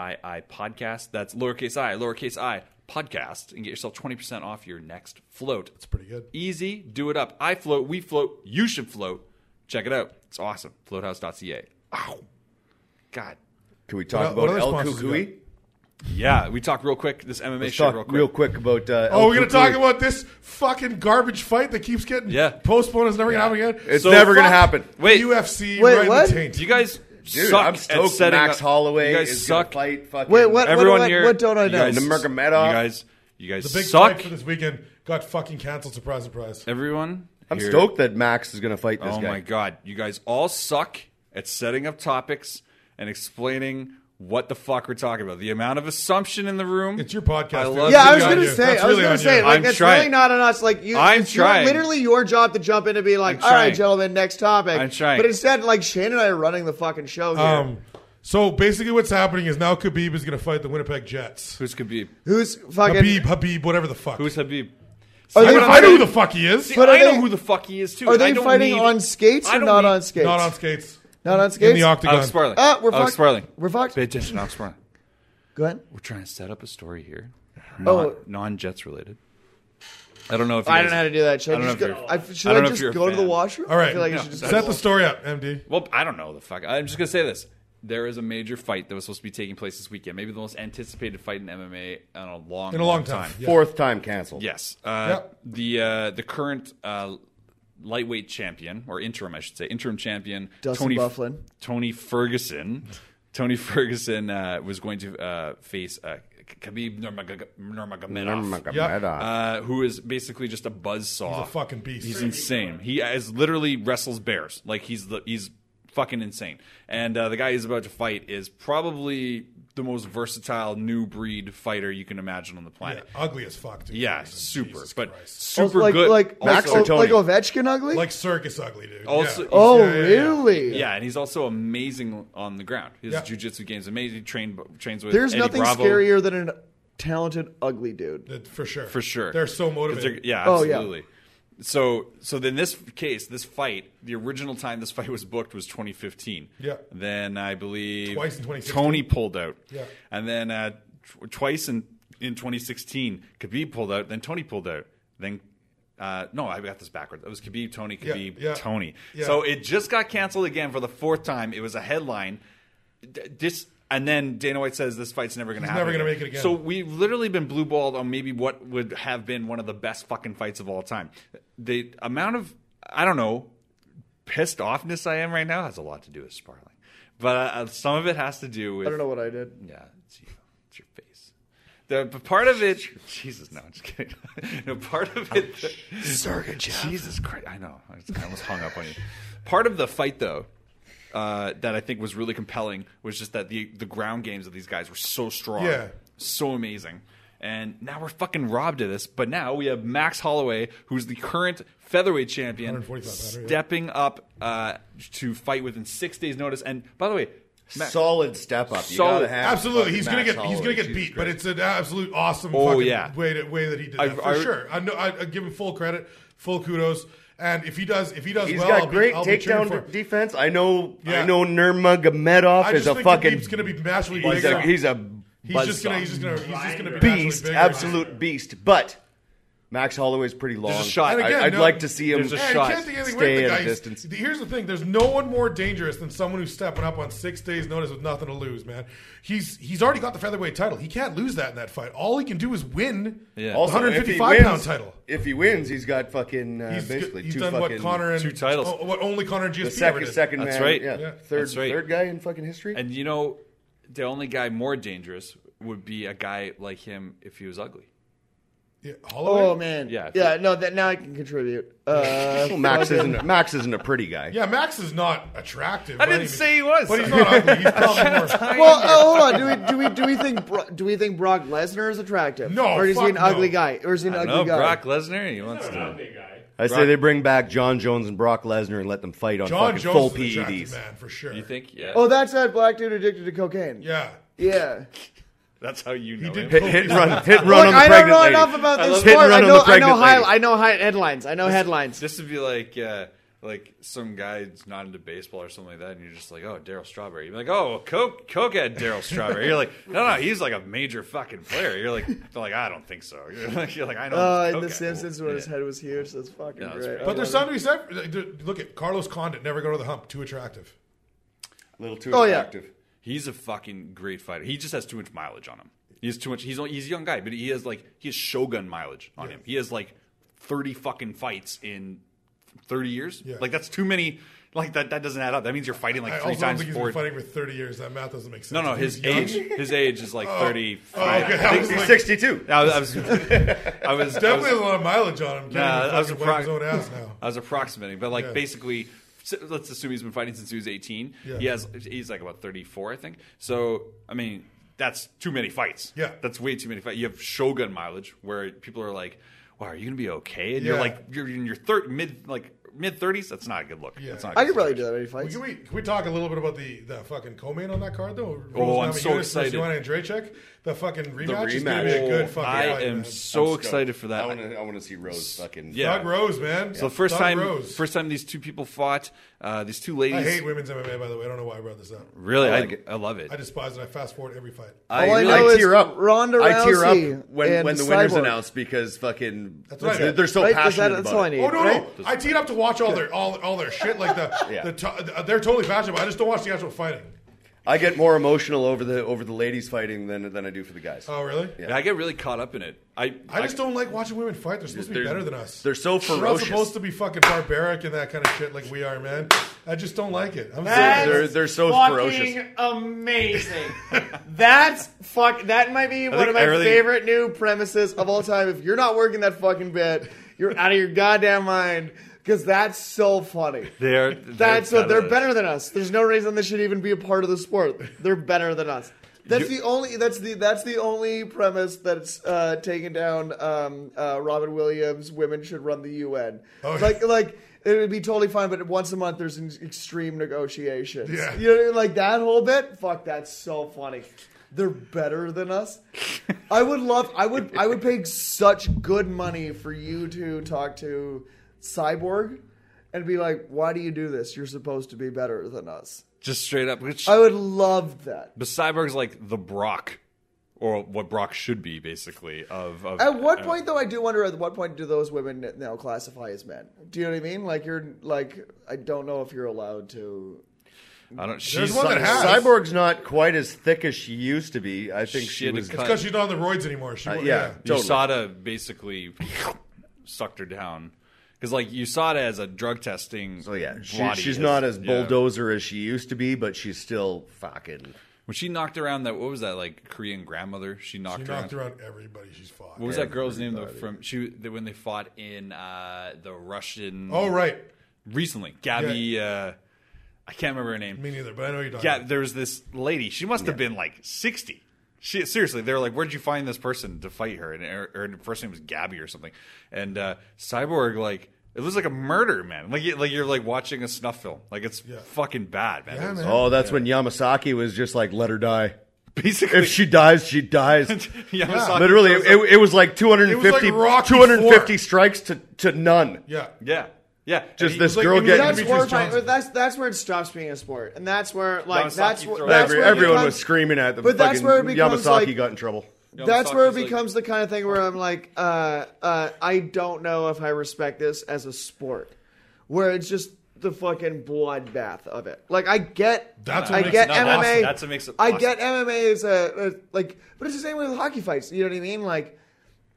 IIPodcast. That's lowercase i, lowercase i, podcast, and get yourself 20% off your next float. It's
Pretty good.
Easy. Do it up. I float. We float. You should float. Check it out. It's awesome. Floathouse.ca. Ow. God.
Can we talk
What- what
about
other
El
sponsors we
Cucuy?
Yeah, we talked real quick. This MMA
Let's
shit
talk
real
real
quick.
quick, about. Uh,
Oh,
El
we're gonna
Cucuy.
talk about this fucking garbage fight that keeps getting
Yeah.
postponed. It's never gonna happen again.
It's never gonna
fuck
happen.
Wait.
UFC
Wait,
right
what?
in the taint.
You guys
Dude,
suck
I'm
at
stoked.
setting
Max
up-
Holloway
You guys
is
suck.
gonna fight. Fucking
Wait, what?
Everyone
what-
here.
what don't I know?
You guys,
Nurmagomedov.
You guys, you guys
The big
suck.
fight for this weekend got fucking canceled. Surprise, surprise.
Everyone.
I'm
here-
stoked that Max is gonna fight this
Oh
guy.
my god, you guys all suck at setting up topics and explaining what the fuck we're talking about. The amount of assumption in the room.
It's your podcast,
I
dude.
love
Yeah,
That's
you
I was
really
gonna
on you.
say.
That's
I was
really
gonna
on
say.
you.
Like,
I'm
it's
trying.
really not on us. Like, you,
I'm
it's your-
trying.
literally your job to jump in and be like,
I'm
"All right,
trying.
gentlemen, next topic."
I'm trying.
But instead, like Shane and I are running the fucking show here.
Um, so basically, what's happening is now Khabib is going to fight the Winnipeg Jets.
Who's Khabib?
Who's fucking?
Habib, Habib, whatever the fuck.
Who's Habib?
Are
I,
they
know- I know who the fuck he is.
But are
I know
they-
who the fuck he is too.
Are
I
they
don't
fighting
need-
on skates
I
or
don't
not
need-
on skates?
Not on skates.
Not on skates.
In the octagon.
Alex Oh, Sparling.
Ah, we're
Alex
fucked.
Sparling.
We're fucked.
Pay attention, Alex Sparling.
Go ahead.
We're trying to set up a story here,
Oh.
non Jets related. I don't know if you
I
guys-
don't know how to do that. Should I,
I don't
just
know if
go,
you're-
I, should
I
I,
don't know if
just
you're a
go to the
fan.
washroom?
All
I
right.
feel like
No,
you should just
Set the story up, MD.
Well, I don't know the fuck. I'm just gonna say this. There is a major fight that was supposed to be taking place this weekend. Maybe the most anticipated fight in MMA in a long,
In a long time. Yeah.
Fourth time canceled.
Yes. Uh,
Yep.
The uh, the current uh, lightweight champion or interim, I should say, interim champion
Dustin Bufflin.
Tony Ferguson. Tony Ferguson uh, was going to uh, face uh, Khabib Nurmag- Nurmagomedov,
Nurmagomedov.
Yep.
uh, who is basically just a buzzsaw.
He's a fucking beast.
He's insane. He is literally wrestles bears. Like he's the he's fucking insane. And uh, the guy he's about to fight is probably the most versatile new breed fighter you can imagine on the
Yeah,
planet.
ugly as fuck, dude.
Yeah,
Jesus
super,
Christ.
but
Also,
super
Oh, like,
good.
Like,
Max
also,
or Tony?
like Ovechkin ugly.
like circus ugly, dude.
Also-
yeah.
oh,
Yeah, yeah, yeah.
really?
yeah, and he's also amazing on the ground. His
Yeah.
jujitsu game's amazing. Train trains with
There's
Eddie
nothing
Bravo.
scarier than a talented ugly dude.
That- For sure.
for sure.
They're so
'Cause they're-
motivated.
yeah,
Oh, yeah.
absolutely. So, so then this case, this fight, the original time this fight was booked was 2015.
Yeah.
Then I believe
Twice in 2016.
Tony pulled out.
Yeah.
And then uh, tw- twice in in 2016, Khabib pulled out. Then Tony pulled out. Then Uh, no, I got this backwards. It was Khabib, Tony,
Yeah,
Khabib,
yeah.
Tony.
Yeah.
So it just got canceled again for the fourth time. It was a headline. D- Just and then Dana White says this fight's never going to
He's
happen.
never gonna make it again.
So we've literally been blue balled on maybe what would have been one of the best fucking fights of all time. The amount of I don't know pissed offness I am right now has a lot to do with sparling, but uh, some of it has to do with
I don't know what I did.
yeah, it's you. It's your face. The but part of
[laughs]
it, Jesus, no, I'm just kidding. [laughs] no, part of it, Jesus Christ, I know. I just- I almost hung up on you. Part of the fight, though, uh, that I think was really compelling was just that the the ground games of these guys were so strong,
Yeah.
so amazing. And now we're fucking robbed of this. But now we have Max Holloway, who's the current featherweight champion,
145 pounder, yeah.
stepping up uh, to fight within six days' notice. And by the way, Max,
solid step up. You
Solid.
gotta have
Absolutely,
fucking
he's gonna
Max
get he's
Holloway,
gonna get
Jesus
beat,
Christ.
but it's an absolute awesome
Oh,
fucking
yeah.
way, to, way that he did
I-
that for
I-
sure. I know I, I give him full credit, full kudos, and if he does if he does
He's
well, I'll
got
be-
great
I'll be cheering for
takedown de-
him.
defense. I know.
Yeah.
I know Nurmagomedov
I
is
just
a
think
fucking.
Khabib's gonna be massively
he's,
bigger.
a, he's a
He's just gonna
buzzsaw.
he's just gonna he's just gonna be massively
beast,
bigger.
absolute beast. But Max Holloway's pretty long.
a shot.
And again,
I, would
no-
like to see him
There's a
Yeah, you
shot.
can't take anything away
stay at
from the
a
guy. He's-
distance.
the- Here's the thing: there's no one more dangerous than someone who's stepping up on six days' notice with nothing to lose, man. He's he's already got the featherweight title. He can't lose that in that fight. All he can do is win
Yeah.
the
Also,
155
if he
pound
wins-
title.
If he wins, he's got fucking uh,
He's,
basically
he's
two
done
fucking
what Connor and
two titles.
oh, what only Connor and GSP
the
ever
second
did.
second
That's
man,
right.
yeah,
Yeah.
third
That's right.
third guy in fucking history.
And you know, the only guy more dangerous would be a guy like him if he was ugly.
Yeah,
Oh
Holloway?
man,
Yeah,
yeah. No, that now I can contribute. Uh,
[laughs] Well, Max isn't Max isn't a pretty guy.
yeah, Max is not attractive.
I
by
didn't
any
say he
means.
was.
but he's not ugly. He's
[laughs]
probably more.
well, oh, hold on. Do we do we do we think Bro- do we think Brock Lesnar is attractive?
No,
or is he
fuck
an ugly
no.
guy? Or is he an
I
ugly
don't know,
guy?
Brock Lesnar. He wants
Not a
to.
big guy.
I say they bring back John Jones and Brock Lesnar and let them fight on
John
fucking
Jones
full E
is an attractive
PEDs.
man for sure.
You think? Yeah.
oh, that's that black dude addicted to cocaine.
Yeah.
Yeah.
That's how you know.
He did
him.
Hit, hit and run, hit and run
Look,
on the
I don't
pregnant
know
lady.
enough about
love
this
hit and
sport. I
run on
know,
the
I know
pregnant
high,
lady.
I know high headlines. I know headlines.
This would be like, uh, like some guy's not into baseball or something like that, and you're just like, oh, Daryl Strawberry. You're like, oh, Coke, Coke had Daryl Strawberry. You're like, no, no, he's like a major fucking player. You're like, they're like, I don't think so. [laughs] You're like, you're like I know. this
Oh, in The
Coke guy."
Simpsons when his
Yeah.
head was huge. That's fucking
that's
great.
great.
But
I
there's
love
something to be said. like, dude, Look at Carlos Condit. Never go to the hump. Too attractive.
little too
Oh, yeah.
attractive.
He's a fucking great fighter. He just has too much mileage on him. He has too much. He's only, he's a young guy, but he has like he has Shogun mileage on him. He has like thirty fucking fights in thirty years.
Yeah.
Like that's too many. Like that that doesn't add up. That means you're fighting
I
like
also
three
don't
times
think he's
four.
been fighting for 30 years. That math doesn't make sense.
No, no,
He
his
was young.
age his age is like thirty.
Oh, [laughs] okay.
I
I
think-
was
He's
like,
62.
I was I
[laughs]
was, I was, I
Definitely
was
has a lot of mileage on him.
Nah,
Nah,
I was
was wipe his
appro-
own ass now.
I was approximating, but like
Yeah.
basically, s- let's assume he's been fighting since he was 18.
Yeah.
He has he's like about 34, I think. So I mean, that's too many fights.
Yeah.
that's way too many fights. You have Shogun mileage where people are like, "Wow, are you gonna be okay?" And
Yeah.
you're like, you're in your thir- mid like mid 30s. That's not a good look.
Yeah.
That's not. a
I
good
could probably do
situation.
that many
Well,
fights.
Can we, can we talk a little bit about the, the fucking co-main on that card though?
Oh, I'm
Namajunas
so
versus
excited.
Joanna Andrzejczyk, the fucking rematch, is gonna
rematch.
be a good
Oh,
fucking
I
fight,
am
man.
so
I'm stoked.
excited for that.
I want to. I want to see Rose fucking.
Yeah.
Doug Rose, man.
So the first
Doug
time,
Rose.
first time these two people fought. Uh, these two
I
ladies.
hate women's MMA by the way. I don't know why I brought this up.
really, I,
like it.
I love it.
I despise it. I fast forward every fight.
I,
All I
really-
know
I
is
tear up.
Ronda
I tear
Rousey
up when,
and
when the winner's
Cyborg.
announced because fucking
That's what I
they're,
meant.
they're so
Right? 'Cause
passionate
that- that's
about
all I
it.
need.
Oh no,
right?
no! I teed up to watch all their all all their shit. Like the,
[laughs] Yeah.
the, to- the they're totally passionate. But I just don't watch the actual fighting.
I get more emotional over the over the ladies fighting than than I do for the guys.
Oh really?
Yeah, I get really caught up in it. I
I just don't like watching women fight. They're supposed to be
They're-
better than us.
They're so
We're not
ferocious.
supposed to be fucking barbaric and that kind of shit like we are, man. I just don't like it. I'm
They're-
sorry.
they're they're so
fucking
ferocious.
amazing. That's fuck. That might be one
think
of my
I really-
favorite.
favorite new premises of all time. If you're not working that fucking bit, you're out of your goddamn mind because that's so funny.
they're
That's so they're
better.
better than us. There's no reason they should even be a part of the sport. They're better than us. That's the only. That's the that's the only premise that's uh, taken down. Um, uh, Robin Williams: Women should run the UN.
Oh,
like like it would be totally fine, but once a month there's an extreme negotiations.
Yeah.
you know, like that whole bit. Fuck, that's so funny. They're better than
[laughs]
us. I would love. I would. I would pay such good money for you to talk to Cyborg and be like, "Why do you do this? You're supposed to be better than us." Oh.
Just straight up. Which,
I would love that.
but Cyborg's like the Brock. or what Brock should be, basically. Of, of
At what
uh,
point, though, I do wonder. At what point do those women now classify as men? Do you know what I mean? Like you're like I don't know if you're allowed to.
I don't.
There's
She's
one that
some-
has.
Cyborg's not quite as thick as she used to be. I think
She
she,
had
was.
a
It's because she's not on the roids anymore. She,
Uh,
wa-
yeah. Totally.
USADA basically sucked her down because like USADA as a drug testing.
So Oh, yeah, she-
body
she's
is-
not as
yeah.
bulldozer as she used to be, but she's still fucking.
When she knocked around that, what was that like Korean grandmother? She knocked
She
around.
knocked around everybody she's fought.
What was that girl's name though? From she that when they fought in uh, the Russian.
Oh right,
recently, Gabby. Uh, I can't remember her name.
me neither. But I know what you're talking.
Yeah,
about.
there was this lady. She must have been like sixty. She seriously, they were like, "Where'd you find this person to fight her?" And her, her first name was Gabby or something. And uh, Cyborg, like, it was like a murder, man. Like, you- like you're like watching a snuff film. Like it's fucking bad, man.
Yeah,
It was
man.
Oh, that's when Yamasaki was just like, let her die.
Basically,
If she dies, she dies.
Yamasaki
Literally,
shows
it,
up-
it was like 250,
It was like Rocky
250
Four.
strikes to, to none.
yeah.
[laughs] yeah, yeah.
Just
And he-
this
like-
girl
it was
getting.
that
That's where,
Demetrius
my-
Johnson.
that's that's where it stops being a sport, and that's where like
Yamazaki
that's where
throws-
that's
Every-
where it
everyone
becomes-
was screaming at them.
But that's
Fucking
where it becomes,
Yamasaki
like-
got in trouble.
That's where it
Yamasaki's like-
becomes the kind of thing where I'm like, uh, uh, I don't know if I respect this as a sport, where it's just the fucking bloodbath of it. Like I get,
That's what
I
makes
get
it
MMA.
awesome. That's what makes it
I
awesome.
get MMA as a, a like, but it's the same way with hockey fights. You know what I mean? Like,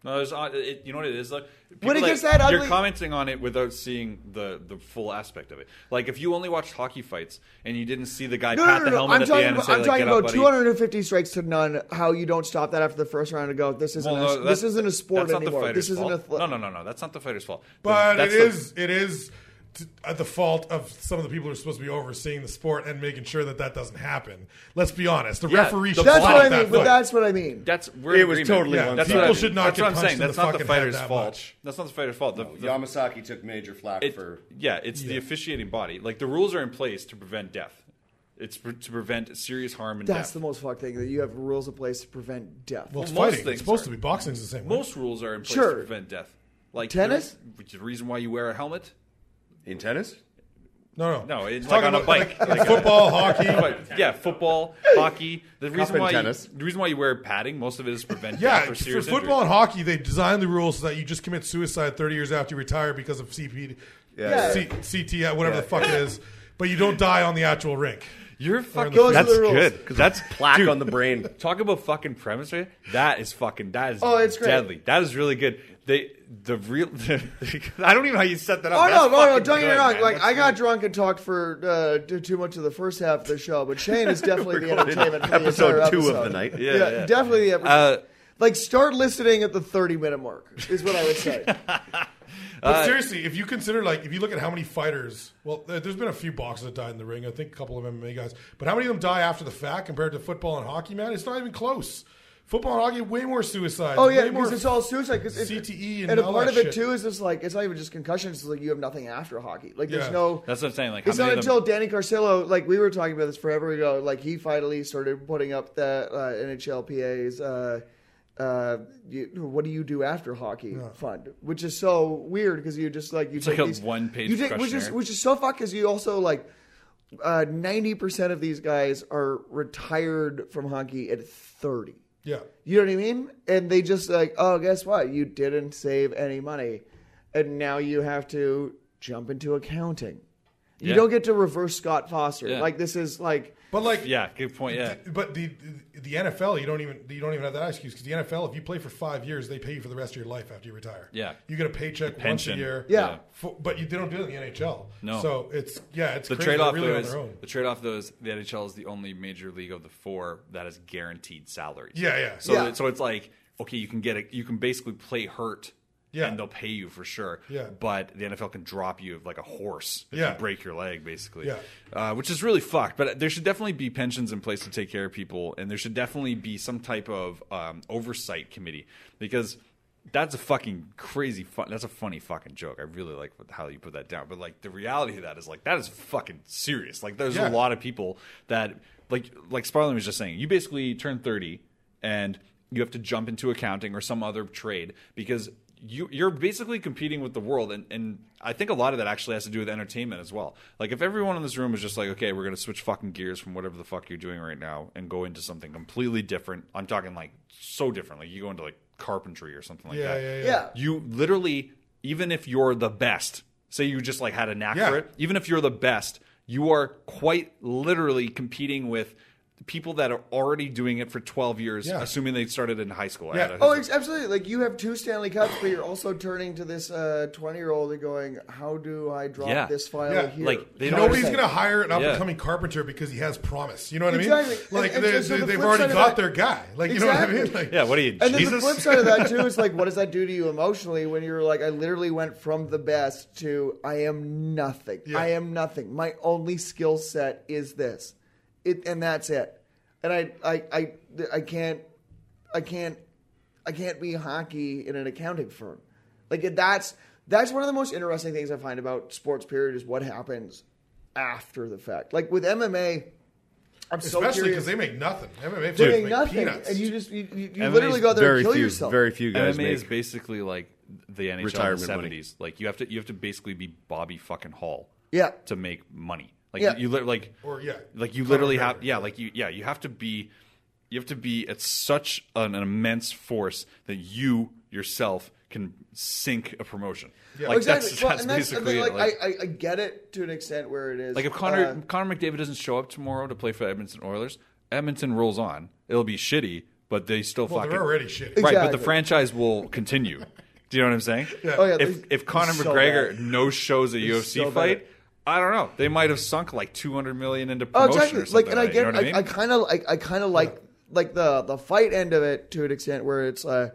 No, there's, uh, it, you know what it is though. People,
When it
like,
gets that
you're
ugly-
commenting on it without seeing the, the full aspect of it. Like if you only watched hockey fights and you didn't see the guy
no, no,
pat
no,
the
no.
helmet
I'm
at the
talking
end
about,
and say,
I'm
like,
talking
"Get up,
about
buddy."
250 strikes to none. How you don't stop that after the first round and go, this isn't
Well, no,
a,
that's-
this isn't a sport
that's not
anymore.
The fighter's
this isn't
fault.
a th-
no, no, no, no. That's not the fighter's fault.
But it
that's the-
is it is t- at the fault of some of the people who are supposed to be overseeing the sport and making sure that that doesn't happen. Let's be honest. The
Yeah,
referee
the
should
That's
stop
what I
that
mean. But
fight.
that's what I mean.
That's we're
It
in
was
agreement.
totally Yeah, one-sided.
That's what I-
people should not
that's
get
what I'm
punched
saying.
in
That's
the
not the
fucking head
fighter's
that
fault.
much.
That's not the fighter's fault. The, the-
Yamasaki took major flack
it-
for.
yeah, it's the officiating body. Like the rules are in place to prevent death. It's pre- to prevent serious harm and
That's
death.
the most fucked thing that you have rules in place to prevent death.
Well, it's
Well, most
fighting.
things
It's supposed
are.
to be boxing's the same. way.
Most rules are in place
Sure.
to prevent death. Like
Tennis?
there's- which is the reason why you wear a helmet.
In tennis?
no, no,
No, it's
Talking
like on a
about-
bike.
like
[laughs]
football, hockey.
But, yeah, football, hockey. The reason
and
why
tennis.
You, the reason why you wear padding, most of it is to prevent
Yeah,
death
for
or serious injury.
football and hockey, they designed the rules so that you just commit suicide 30 years after you retire because of CP,
Yeah.
C, CTI, whatever the fuck it is. But you don't die on the actual rink.
You're fucking.
Those are
that's
the rules.
good. That's
Plaque
dude,
on
[laughs]
the brain.
Talk about fucking premise, right? That is fucking. That is.
Oh, it's great.
deadly. That is really good. They the real. [laughs] I don't even know how you set that up.
Oh
That's
no, no, no!
fucking
Don't get me
good,
wrong.
man.
Like
That's
I got
good.
drunk and talked for uh, t- too much of the first half of the show, but Shane is definitely the entertainment. For the
Episode
entire
two of
episode.
the night.
Yeah, definitely the episode.
Uh,
like start listening at the thirty-minute mark is what I would say.
But
Uh,
seriously, if you consider, like, if you look at how many fighters, well, there- there's been a few boxers that died in the ring. I think a couple of MMA guys. But how many of them die after the fact compared to football and hockey, man? It's not even close. Football and hockey, way more suicides.
oh yeah,
way more
because it's all suicide. Because
CTE and
and a
all
part
that
of it
shit.
too is just like it's not even just concussions. It's like you have nothing after hockey. Like
Yeah.
there's no.
that's what I'm saying. Like
It's
how
not
many of them-
until Danny Carcillo, like we were talking about this forever ago, like he finally started putting up that uh, NHLPA's uh, uh, you, what do you do after hockey fund, which is so weird because you just like you take
like a
these-
one-page
you take- which is
questionnaire.
which is so fucked because you also like uh, ninety percent of these guys are retired from hockey at thirty.
Yeah.
You know what I mean? And they just like, oh, guess what? You didn't save any money, and now you have to jump into accounting. You
Yeah.
don't get to reverse Scott Foster.
Yeah.
Like this is like
But, like,
Yeah, good point. Yeah,
But the the NFL, you don't even you don't even have that excuse because the NFL, if you play for five years, they pay you for the rest of your life after you retire.
Yeah.
you get a paycheck once a
pension.
year.
Yeah. Yeah.
for, but you, they don't do it in the NHL.
No.
so it's yeah, it's
the
crazy. They're
trade-off
really
though
on
is
their own.
the trade-off though is the NHL is the only major league of the four that has guaranteed salaries.
Yeah, yeah.
So
Yeah.
that- so it's like okay, you can get a, you can basically play hurt.
Yeah.
And they'll pay you for sure.
Yeah.
But the NFL can drop you like a horse if
Yeah.
you break your leg, basically.
Yeah.
Uh, which is really fucked. But there should definitely be pensions in place to take care of people. And there should definitely be some type of um, oversight committee because that's a fucking crazy fun. That's a funny fucking joke. I really like what- how you put that down. But like the reality of that is like that is fucking serious. Like there's
Yeah.
a lot of people that like like Sparling was just saying. You basically turn thirty and you have to jump into accounting or some other trade because you you're basically competing with the world and and I think a lot of that actually has to do with entertainment as well. Like if everyone in this room was just like, okay, we're gonna switch fucking gears from whatever the fuck you're doing right now and go into something completely different. I'm talking like so different. Like you go into like carpentry or something like
Yeah,
that.
yeah, yeah.
Yeah.
You literally, even if you're the best, say you just like had a knack
Yeah.
for it, even if you're the best, you are quite literally competing with people that are already doing it for 12 years,
Yeah.
assuming they started in high school.
Yeah.
At a-
Oh, ex- absolutely. Like you have two Stanley Cups, but you're also turning to this uh, twenty-year-old and going, "How do I drop
Yeah.
this file
Yeah.
here?"
Like, they don't
Nobody's
understand.
going to hire an up
Yeah.
and coming carpenter because he has promise. You know what I mean?
Exactly.
Like
And- and
they,
so the
have
flip side
already
of
got
that-
their guy. Like you know what I mean?
Exactly.
Like,
yeah, what are you,
And then the
Jesus?
flip side of that too is
[laughs]
like, what does that do to you emotionally when you're like, I literally went from the best to I am nothing.
Yeah.
I am nothing. My only skill set is this, it, and that's it. And I, I, I, I can't, I can't, I can't be hockey in an accounting firm. Like that's that's one of the most interesting things I find about sports. Period is what happens after the fact. Like with MMA, I'm so
especially
curious.
because they make nothing. MMA
They're
fighters
doing
make
nothing,
peanuts.
and you just you, you, you
MMA's
literally go there
very
and kill
few,
yourself.
very few guys
MMA
make.
is basically like the NHL
Retirement
in the
money.
70s. Like you have to you have to basically be Bobby fucking Hall
Yeah.
to make money. Like
Yeah.
you, li- like
Or, yeah,
like you
Conor
literally
McGregor.
have yeah, like you yeah, you have to be you have to be at such an, immense force that you yourself can sink a promotion. Like that's,
Oh, Well,
that's
and
basically
and
it. Like,
I, I, I get it to an extent where it is. uh,
like if Connor Connor McDavid doesn't show up tomorrow to play for Edmonton Oilers, Edmonton rolls on. It'll be shitty, but they still
well,
fucking
they're already shitty.
Exactly.
Right, but the franchise will continue. Do you know what I'm saying?
Oh, yeah,
If
they-
if Conor
so
McGregor no shows a UFC
so bad.
fight, I don't know. They might have sunk like 200 million into
oh,
promotion
exactly.
or something.
Like, and I
like,
get,
you know what I, mean?
I kind of, I kind of like, like the the fight end of it to an extent where it's, uh,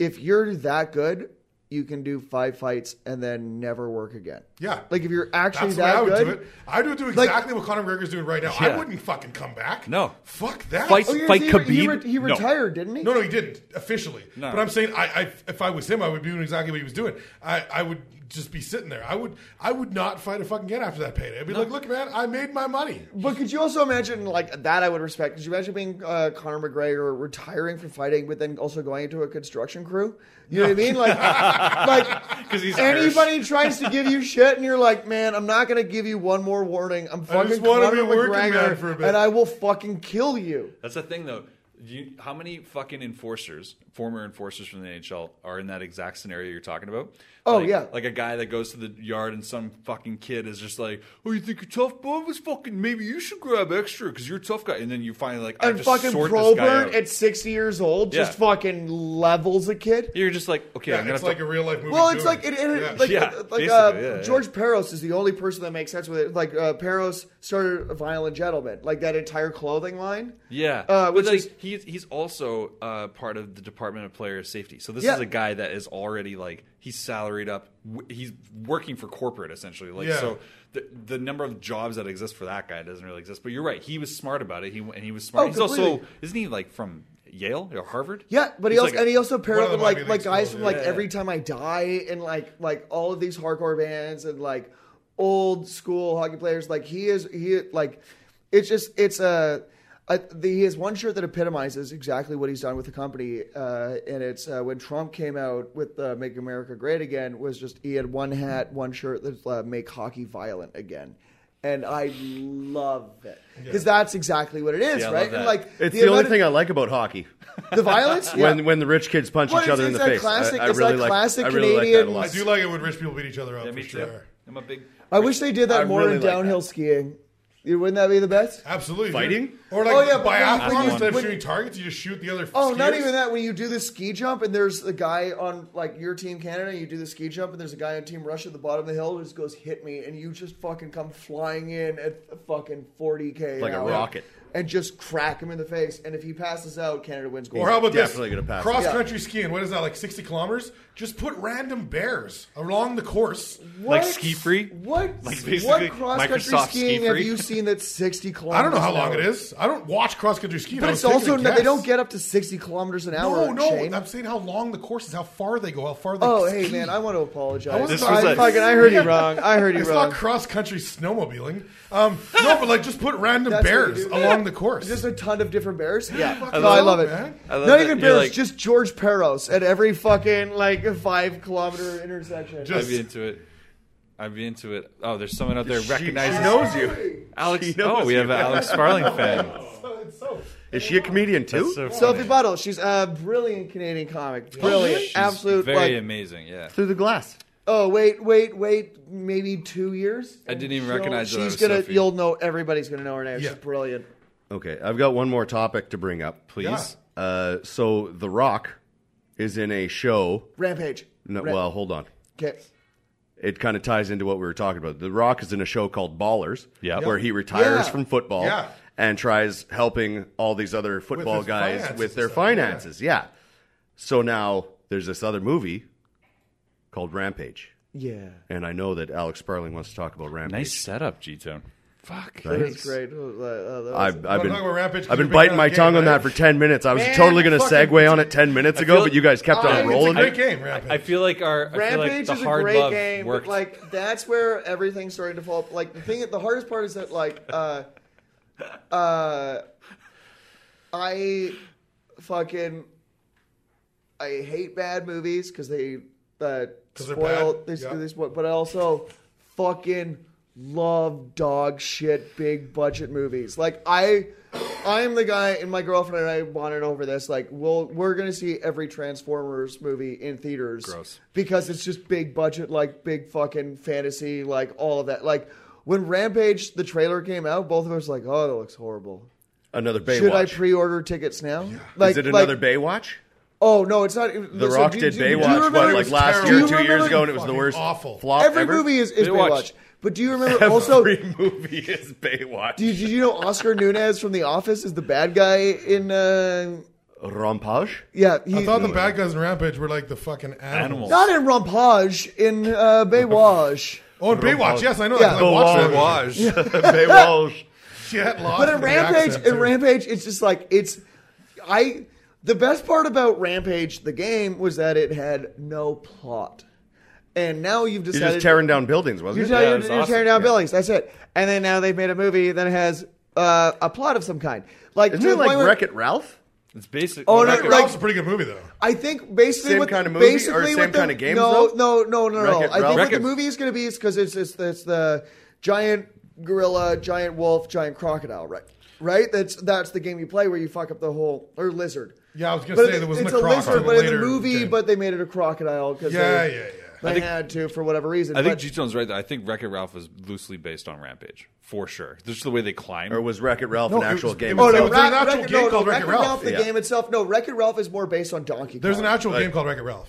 if you're that good, you can do five fights and then never work again.
Yeah.
Like if you're actually
That's the way I
that
would
good,
do it. I would do
Like-
exactly what Conor McGregor's doing right now. I
Yeah.
wouldn't fucking come back.
No.
Fuck that.
Fight-
oh, you're-
Like
he, re- he,
Khabib?
re- he
No.
retired, didn't he?
No, no, he didn't officially. But I'm saying, I, I, if I was him, I would be doing exactly what he was doing. I, I would just be sitting there. I would, I would not fight a fucking get after that payday. I'd be like, look, man, I made my money.
But could you also imagine like that? I would respect. Could you imagine being uh, Conor McGregor retiring from fighting, but then also going into a construction crew? You know what I mean?
[laughs]
Like, like
'Cause he's
anybody tries to give you shit, and you're like, man, I'm not gonna give you one more warning. I'm fucking
wanna
Conor
be a working man
McGregor,
for a bit."
and I will fucking kill you.
That's the thing, though. You, how many fucking enforcers, former enforcers from the NHL, are in that exact scenario you're talking about?
Oh,
Like-
yeah.
like a guy that goes to the yard and some fucking kid is just like, "Oh, you think you're tough, boy? Let's fucking maybe you should grab extra because you're a tough guy." And then you finally like, I
And
just
fucking
sort this guy
Probert
out.
at 60 years old just
Yeah.
fucking levels a kid.
You're just like, okay,
Yeah,
I'm gonna
it's
have
like
to-
a real life movie.
Well, it's
doing
like it, it,
Yeah.
like,
Yeah,
like
basically,
uh,
yeah, yeah.
George Peros is the only person that makes sense with it. Like uh, Peros started a violent gentleman, like that entire clothing line.
Yeah,
uh,
But,
which
like,
is
he's he's also uh, part of the Department of Player Safety. So this
Yeah.
is a guy that is already like he's salaried up. W- He's working for corporate essentially. Like
Yeah.
so, the the number of jobs that exist for that guy doesn't really exist. But you're right. He was smart about it. He and he was smart.
Oh,
he's also
completely.
isn't he like from Yale or Harvard?
yeah, but he
He's
also
like-
and he also paired
One
up with
of the
like
Ivy
like
League
guys
schools,
from like
yeah.
Every Time I Die and like like all of these hardcore bands and like old school hockey players. Like he is he like it's just it's a. Uh, the, he has one shirt that epitomizes exactly what he's done with the company, uh, and it's uh, when Trump came out with uh, "Make America Great Again." Was just he had one hat, one shirt that's uh, "Make Hockey Violent Again," and I love it because that's exactly what it is,
Yeah, I love
right? And
that.
like
It's the, only
amount of-
thing I like about hockey.
the violence [laughs] yeah.
When when the rich kids punch
Well,
each other
it's-
in the
it's that
face,
classic-
I, I
it's
really
that
like.
classic
I really like that a
Canadian-
I
lot.
do like it when rich people beat each other up
Yeah,
for
me
sure.
too. I'm a big.
I wish they did that
I
more
really
in
like
downhill
that.
skiing. You- Wouldn't that be the best?
Absolutely, dude.
Fighting?
or like
Oh, yeah, but when-
biathlon
when you-
instead of
when-
shooting targets, you just shoot the other.
Oh, not
skiers.
even that. When you do the ski jump and there's a guy on like your team Canada, you do the ski jump and there's a guy on Team Russia at the bottom of the hill who just goes hit me, and you just fucking come flying in at fucking 40k an
Like a
hour
rocket.
and just crack him in the face. And if he passes out, Canada wins gold.
Or how about
Definitely
this?
gonna pass.
Cross country skiing. What is that? Like sixty kilometers? Just put random bears along the course.
Like ski-free?
What?
Like, basically,
what cross country
Microsoft
skiing have
ski-free?
you seen that's 60 kilometers?
I don't know how
an
long
hour?
it is. I don't watch cross country skiing.
But
I
it's
was
also
taking a
no, they
guess.
don't get up to sixty kilometers an hour.
No, no.
Shane.
I'm saying how long the course is, how far they go, how far they.
Oh,
ski.
hey man, I want to apologize.
I wasn't
This was
I
a-
fucking, I heard you wrong. I heard you
It's
wrong.
not cross country snowmobiling. Um, no, but like just put
[laughs]
random
That's what you
bears
do.
along along the course.
Just a ton of different bears. Yeah,
Fuck
no,
it
I
up,
love it.
man.
I love
Not
that
even
you're
bears,
like-
just George Peros at every fucking like five kilometer intersection.
Just-
I'd be into it. I'd be into it. Oh, there's someone out there
She, she
recognizes
knows you.
Alex.
She knows
Oh, we have
you.
an Alex Sparling
[laughs]
fan.
So it's so-
Is she a comedian too?
That's so
Sophie
funny.
Buttle, she's a brilliant Canadian comic. Brilliant,
She's
absolute.
very
like,
amazing. Yeah.
Through the glass.
oh wait, wait, wait, maybe two years.
I didn't even
and she'll-
recognize that I
She's
was
gonna.
Sophie.
You'll know. Everybody's gonna know her name.
Yeah.
She's brilliant.
Okay, I've got one more topic to bring up, please. Uh, so The Rock is in a show.
Rampage.
No,
Ra-
well, hold on.
okay.
It kind of ties into what we were talking about. The Rock is in a show called Ballers,
Yep.
where he retires
Yeah.
from football
Yeah.
and tries helping all these other football
his
guys
finances
with
and
their
stuff, yeah.
finances. yeah. So now there's this other movie called Rampage.
Yeah,
And I know that Alex Sparling wants to talk about Rampage.
Nice setup, G Tone. Fuck.
Right?
that's great. Uh, uh, that was-
I've, I've
Wanna
been,
talk about Rampage uh, 'cause
I've
you're
been
big
biting
on
my
game,
tongue on
right?
that for 10 minutes. I was
Man,
totally going to
fucking-
segue on it 10 minutes ago,
feel-
but you guys kept
It's
on
a
rolling.
great game, Rampage.
I feel like our I feel like
Rampage
the
is a
hard
great
love
game,
worked.
but like that's where everything's starting to fall. Like the thing, the hardest part is that like, uh, uh, I fucking I hate bad movies because they uh,
'Cause they're
spoil
bad,
this,
yeah.
this what, but I also fucking love dog shit big budget movies. Like I I'm the guy and my girlfriend and I bonded over this. Like we'll we're gonna see every Transformers movie in theaters.
Gross.
Because it's just big budget, like big fucking fantasy, like all of that. Like when Rampage the trailer came out, both of us were like, oh that looks horrible.
Another Baywatch.
Should I pre-order tickets now? Like,
is it
like-
another Baywatch?
Oh no, it's not.
The Rock did Baywatch, what,
remember-
like last
Do
year,
you
two years
remember-
ago, and it was the
Fucking
worst
awful.
flop
Every
ever?
movie is, is
Baywatch.
Baywatch. but do you
[laughs]
remember also? Did,
Every movie is Baywatch.
did you know Oscar Nunez from The Office is the bad guy in? Uh,
Rampage?
yeah, he,
I thought the bad guys in Rampage were like the fucking
Animals.
animals.
not in Rampage in uh,
[laughs]
Baywatch.
Oh, and Baywatch. Yes, I know
Yeah.
that. 'cause I watched that.
Baywatch.
[laughs] Shit, lost
But in
the
Rampage,
accent,
in
too.
Rampage, it's just like it's. I the best part about Rampage the game was that it had no plot, and now you've
You're
decided
just tearing down buildings, wasn't
You're,
it?
telling-
it
you're,
was
you're
awesome.
tearing down
Yeah.
buildings. That's it. And then now they've made a movie that has uh, a plot of some kind. Like
Isn't
to
it
the
like
point where-
Wreck It Ralph?
it's basically.
Oh,
Wreck-It
no, like-
Ralph's a pretty good movie, though.
I think basically
Same
what the-
kind of movie or
basically
same
what the-
kind of games,
No,
though?
no, no, no, no. I
Wreck-It Ralph?
think what the
Wreck-It-
movie is going to be is because it's it's it's the giant gorilla, giant wolf, giant crocodile, right? Right. That's that's the game you play where you fuck up the whole or lizard.
Yeah, I was gonna
But
say
it-
there wasn't
it's
a
a
crocodile
lizard, but in the
later
movie,
game.
but they made it a crocodile because
Yeah,
they,
yeah, yeah.
they had to for whatever reason.
I think
but-
G Tone's right. Though. I think Wreck It Ralph was loosely based on Rampage for sure. Just the way they climb.
Or was Wreck It Ralph
No,
an
it
actual
was-
game?
it
Oh
was-
itself?
no,
There
Wreck,
an actual
Wreck-
game
no,
called
no,
Wreck-It
Wreck-It Ralph.
Ralph.
The
Yeah.
game itself, no. Wreck It Ralph is more based on Donkey Kong.
There's an actual game called Wreck It [laughs] Ralph.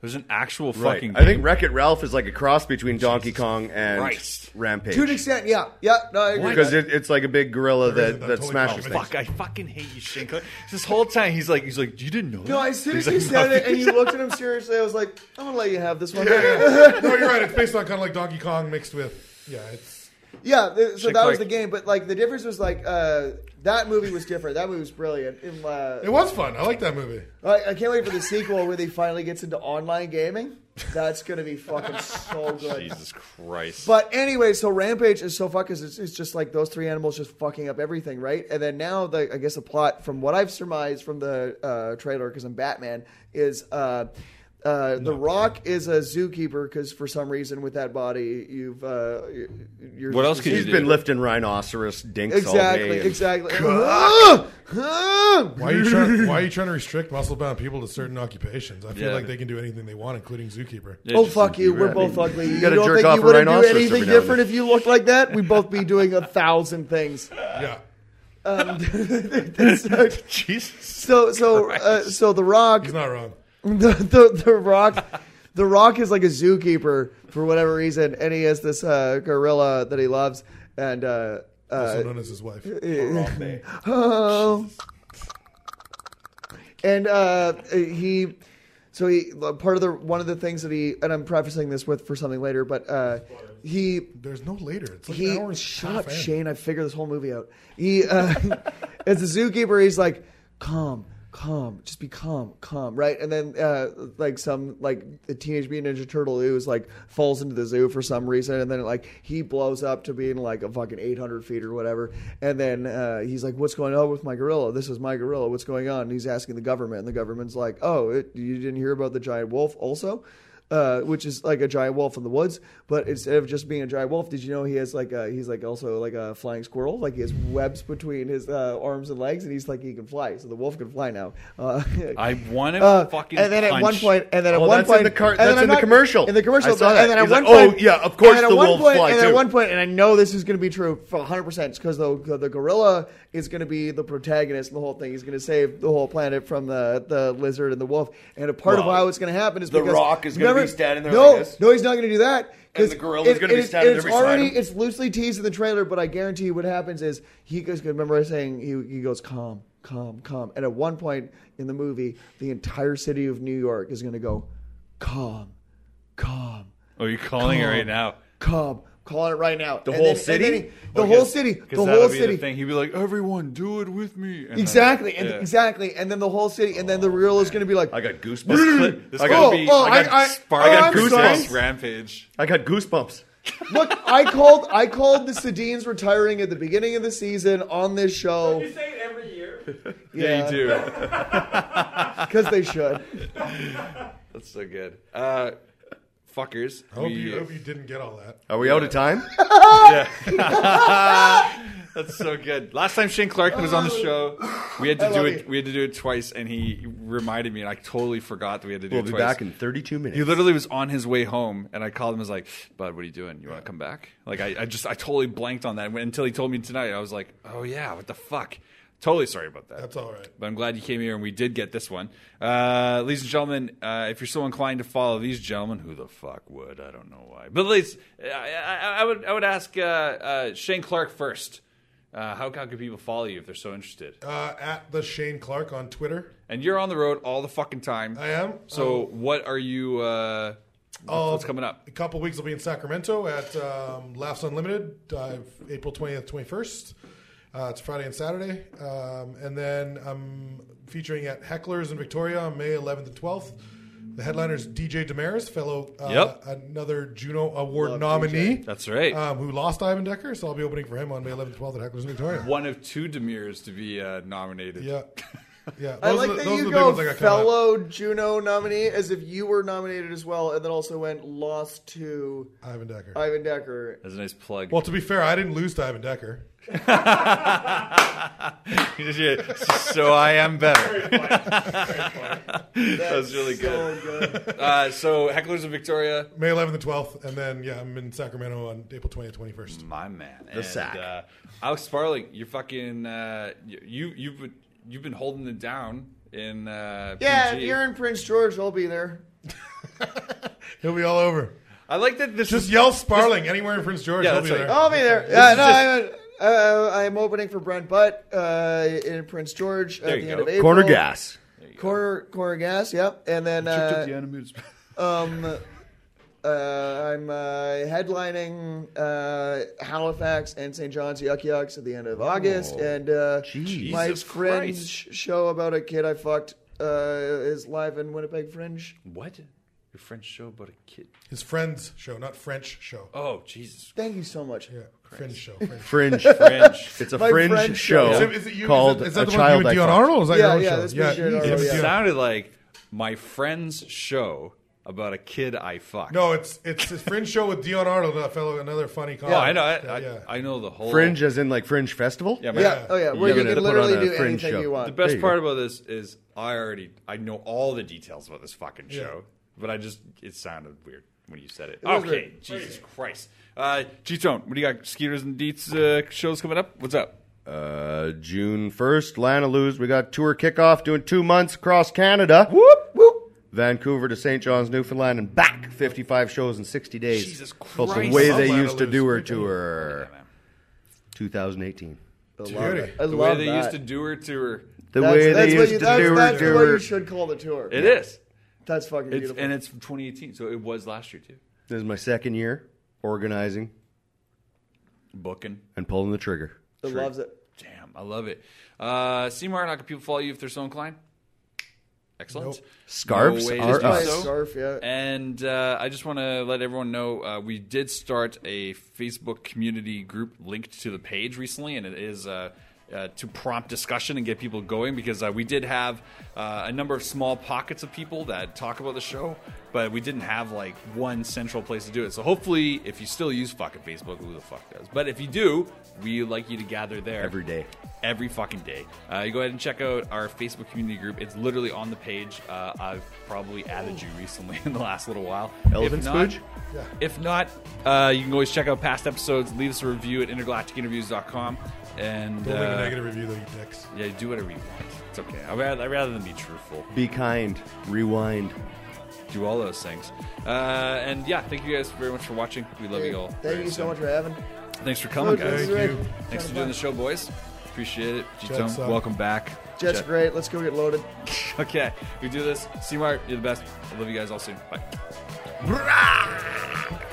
There's an actual
Right.
fucking.
I think
game.
Wreck It Ralph is like a cross between Donkey Kong and
Christ.
Rampage.
to an extent, yeah, yeah. No, I agree.
Because it, it's like a big gorilla
There
that,
isn't, I
that
totally
smashes
promise.
things.
Fuck! I fucking hate you, Shinkler. This whole time he's like, he's like, you didn't know.
No,
that?"
as soon as
He's
you
like,
said
"No."
it and you [laughs] looked at him seriously, I was like, I'm gonna let you have this one.
Yeah,
Yeah, [laughs]
yeah. no, you're right. It's based on kind of like Donkey Kong mixed with yeah. It's
th- so
Chick
that
like-
was the game. But like the difference was like uh, that movie was different. That movie was brilliant. In,
it
uh,
was fun. I like that movie.
I, I can't wait for the sequel where he finally gets into online gaming. That's gonna be fucking so good.
Jesus Christ!
But anyway, so Rampage is so fuck because it's, it's just like those three animals just fucking up everything, right? And then now, the, I guess the plot, from what I've surmised from the uh, trailer, because I'm Batman, is uh, uh, The Rock is a zookeeper because for some reason with that body, you've uh, y- you're
What else could you
He's
do?
been lifting rhinoceros dinks all
exactly
day. and-
exactly. Ah! Ah!
Why are you trying? Why are you trying to restrict muscle-bound people to certain occupations? I feel
Yeah.
like they can do anything they want, including zookeeper.
Yeah,
Oh
just-
fuck you! We're
I
both
mean,
ugly.
you
You,
gotta
don't
jerk
think
off
you
a
wouldn't do
rhinoceros every
anything
now and
different
then.
if you looked like that? We'd both be doing a thousand things. Um,
Yeah.
[laughs] Jesus!
[laughs] So
[laughs]
so uh, so the Rock
He's not wrong.
the, the the rock the rock is like a zookeeper for whatever reason and he has this uh, gorilla that he loves and uh,
Also
uh,
known as his wife.
oh. and uh, he so he part of the one of the things that he and I'm prefacing this with for something later but uh, he
There's no later. It's like an hour
he
and
shut
half
up, [laughs]
in.
Shane. I figured this whole movie out. He uh, as a zookeeper, he's like, calm, calm, just be calm, calm, right? And then uh, like some like the teenage mutant ninja turtle who's like falls into the zoo for some reason, and then like he blows up to being like a fucking eight hundred feet or whatever, and then uh, he's like, "What's going on with my gorilla? This is my gorilla. What's going on?" And he's asking the government, and the government's like, "Oh, it, you didn't hear about the giant wolf also." uh, which is like a giant wolf in the woods. But instead of just being a giant wolf, did you know he has like a, he's like also like a flying squirrel? Like he has webs between his uh, arms and legs, and he's like he can fly. So the wolf can fly now. Uh, [laughs]
I want to
uh,
fucking.
and then at
punch.
one point, and then at
Oh,
one
that's
point,
in the car-
and then
that's
I'm
in the
not-
commercial.
In the commercial,
I saw
and then
that.
at
He's
one
like,
point,
"Oh, yeah, of course
and then at
the
one
wolves
point-
fly,
And then at
too."
one point, and I know this is going to be true for 100 percent because the, the gorilla is going to be the protagonist in the whole thing. He's going to save the whole planet from the, the lizard and the wolf. And a part of
Well,
how it's going to happen is
The
because-
Rock is gonna
remember-
be standing there
No,
like this.
no, he's not going to do that. 'cause
And the gorilla's
it-
gonna be
it is-
standing
It's
there beside
already
him.
it's loosely teased in the trailer, but I guarantee you what happens is he goes. Remember I was saying he, he goes calm, calm, calm, and at one point in the movie, the entire city of New York is going to go calm, calm,
Oh, you're calling it right now.
calm. Calling it right now. The
whole city?
the whole city. The
Because that'll
whole
be
city.
The thing. He'd be like, "Everyone, do it with me." And
Exactly.
Then,
And
yeah.
exactly. And then the whole city. And then the real is going to be like,
I got
[laughs]
goosebumps.
This clip- this
I
clip
got-
be-
oh,
I got,
I- I-
spark-
oh,
I got
I'm
goosebumps
sorry.
rampage.
I got goosebumps.
look, I called, I called the Sedines retiring at the beginning of the season on this show.
You say it every year.
Yeah, you do. [laughs]
because they should.
That's so good. Uh, fuckers.
I hope,
we-
you, I hope you didn't get all that.
Are we out
[laughs]
of time?
That's so good. Last time Shane Clark was on the show, we had to do
Oh. love
it.
you.
We had to do it twice, and he reminded me, and I totally forgot that we had to do
We'll
it
be
twice.
back in 32 minutes.
he literally was on his way home, and I called him. I was like, "Bud, what are you doing? You want to come back?" Like, I, I just, I totally blanked on that until he told me tonight. I was like, "Oh yeah, what the fuck?" Totally sorry about that.
That's all right.
but I'm glad you came here and we did get this one. Uh, ladies and gentlemen, uh, if you're so inclined to follow these gentlemen, who the fuck would? I don't know why. But ladies, I, I, I would I would ask uh, uh, Shane Clark first. Uh, how, how can people follow you if they're so interested?
Uh, at the Shane Clark on Twitter.
And you're on the road all the fucking time.
I am. Um,
So what are you? Uh, what's, what's coming up?
A couple weeks I'll be in Sacramento at um, Laughs Unlimited, uh, April 20th, 21st. Uh, it's Friday and Saturday. Um, and then I'm featuring at Hecklers in Victoria on May 11th and 12th. The headliner's DJ Damaris, fellow uh,
Yep.
another Juno Award nominee.
That's right.
Um, who lost Ivan Decker, so I'll be opening for him on May 11th and 12th at Hecklers in Victoria.
One of two Demirs to be uh, nominated.
Yeah. Yeah.
I
Those
like
are the-
that
those are
you
the big
go
ones I got coming up.
fellow Juno nominee as if you were nominated as well, and then also went lost to
Ivan Decker.
Ivan Decker.
That's a nice plug. [laughs]
Well, to be fair, I didn't lose to Ivan Decker.
so I am better. that was really good.
So
[laughs]
good.
Uh, so hecklers of Victoria,
May 11th and 12th, and then yeah, I'm in Sacramento on April 20th, 21st.
Mm.
my man, the
sack.
Uh, Alex Sparling, you're fucking. Uh, y- you you've been- you've been holding it down in. Uh,
yeah, if
PG.
you're in Prince George, I'll be there.
He'll be all over.
I like that this
Just
is
yell Sparling anywhere in Prince George.
Yeah,
he'll be
that's
there.
I'll be there. Yeah, no, I'm, uh, I'm opening for Brent Butt uh, in Prince George at
There
the
you
end
go.
of April.
Corner gas.
Corner, corner gas. Yep. And then uh, um, uh, I'm uh, headlining uh, Halifax and St. John's Yuck Yucks at the end of August,
Oh,
and uh, my
Jesus
friend's
Christ.
show about a kid I fucked uh, is live in Winnipeg Fringe.
[laughs] what your French show about a kid.
Oh.
His friends show, not French show.
Oh Jesus,
[laughs] Thank you so much.
Yeah, Fringe show. Fringe.
[laughs]
Fringe.
French.
It's a
My
fringe,
friend
show
show.
Is it- is it you-
called
is it- is that
A
the one
Child
you and
I
Dion
Fucked.
Arnold? Or is that
Yeah,
your own
yeah,
show?
that's me, Dion
you-
Arnold,
it's
yeah.
it
Dion.
sounded like my friend's show about a kid I fucked.
No, it's it's his Fringe show with Dion Arnold, a fellow, another funny comic.
Yeah, Oh, I know. I,
Yeah,
I,
yeah.
I know the whole
Fringe as in like Fringe Festival?
Yeah, my-
Yeah. Oh yeah. Where
You're
you
gonna
can
put
literally
on a
do
Fringe
anything
show.
you
The
want.
There
best
you
part about this is I already I know all the details about this fucking
Yeah.
show, but I just it sounded weird when you said it.
was
okay,
weird.
Jesus Christ. Uh, G Tone, what do you got? Skeeters and Deets uh, shows coming up. What's up?
Uh, June 1st, Lanalooz. We got tour kickoff doing two months across Canada.
Whoop whoop.
Vancouver to St. John's, Newfoundland, and back. 55 shows in 60 days.
Jesus
Called
Christ.
The way
Love
they used to
Lanalooz.
do her tour. 2018.
Beauty.
I
The
love
way they
that.
used to do her to her.
The
That's,
way
that's
they
what
used
you,
to
that's,
do her
that's
to
what
her.
you should call the tour.
It is.
That's fucking
It's,
beautiful.
and it's from 2018, so it was last year too.
This is my second year organizing
Booking.
and pulling the trigger.
it loves it.
Damn, I love it. Uh, C Martin, how can people follow you if they're so inclined? Excellent.
Nope.
Scarves
No way to
are
do
us.
so.
Scarf, yeah.
And uh, I just want to let everyone know uh, we did start a Facebook community group linked to the page recently, and it is. Uh, uh, to prompt discussion and get people going because uh, we did have uh, a number of small pockets of people that talk about the show, but we didn't have like one central place to do it. So hopefully, if you still use fucking Facebook, who the fuck does? But if you do, we like you to gather there
Every day.
every fucking day. Uh, you go ahead and check out our Facebook community group. It's literally on the page. Uh, I've probably added you recently [laughs] in the last little while.
Elephant
If not-
Spooge?
If not, uh, you can always check out past episodes. Leave us a review at intergalacticinterviews.com. And
Don't leave a
uh,
negative review though, you dicks.
yeah, do whatever you want. It's okay. I'd rather, I'd rather than be truthful.
Be kind. Rewind.
Do all those things. Uh, and yeah, thank you guys very much for watching. We love you all.
Thank
very
you so
soon.
much for having.
Thanks for coming,
This
guys.
is
Thank
Rick.
you.
Thanks for doing the show, boys. Appreciate it.
Jets
G-Tone,
up.
welcome back.
Jets
Jet-
are great. Let's go get loaded.
Okay, we do this. C Mart, you're the best. I love you guys all soon. Bye.
Brah!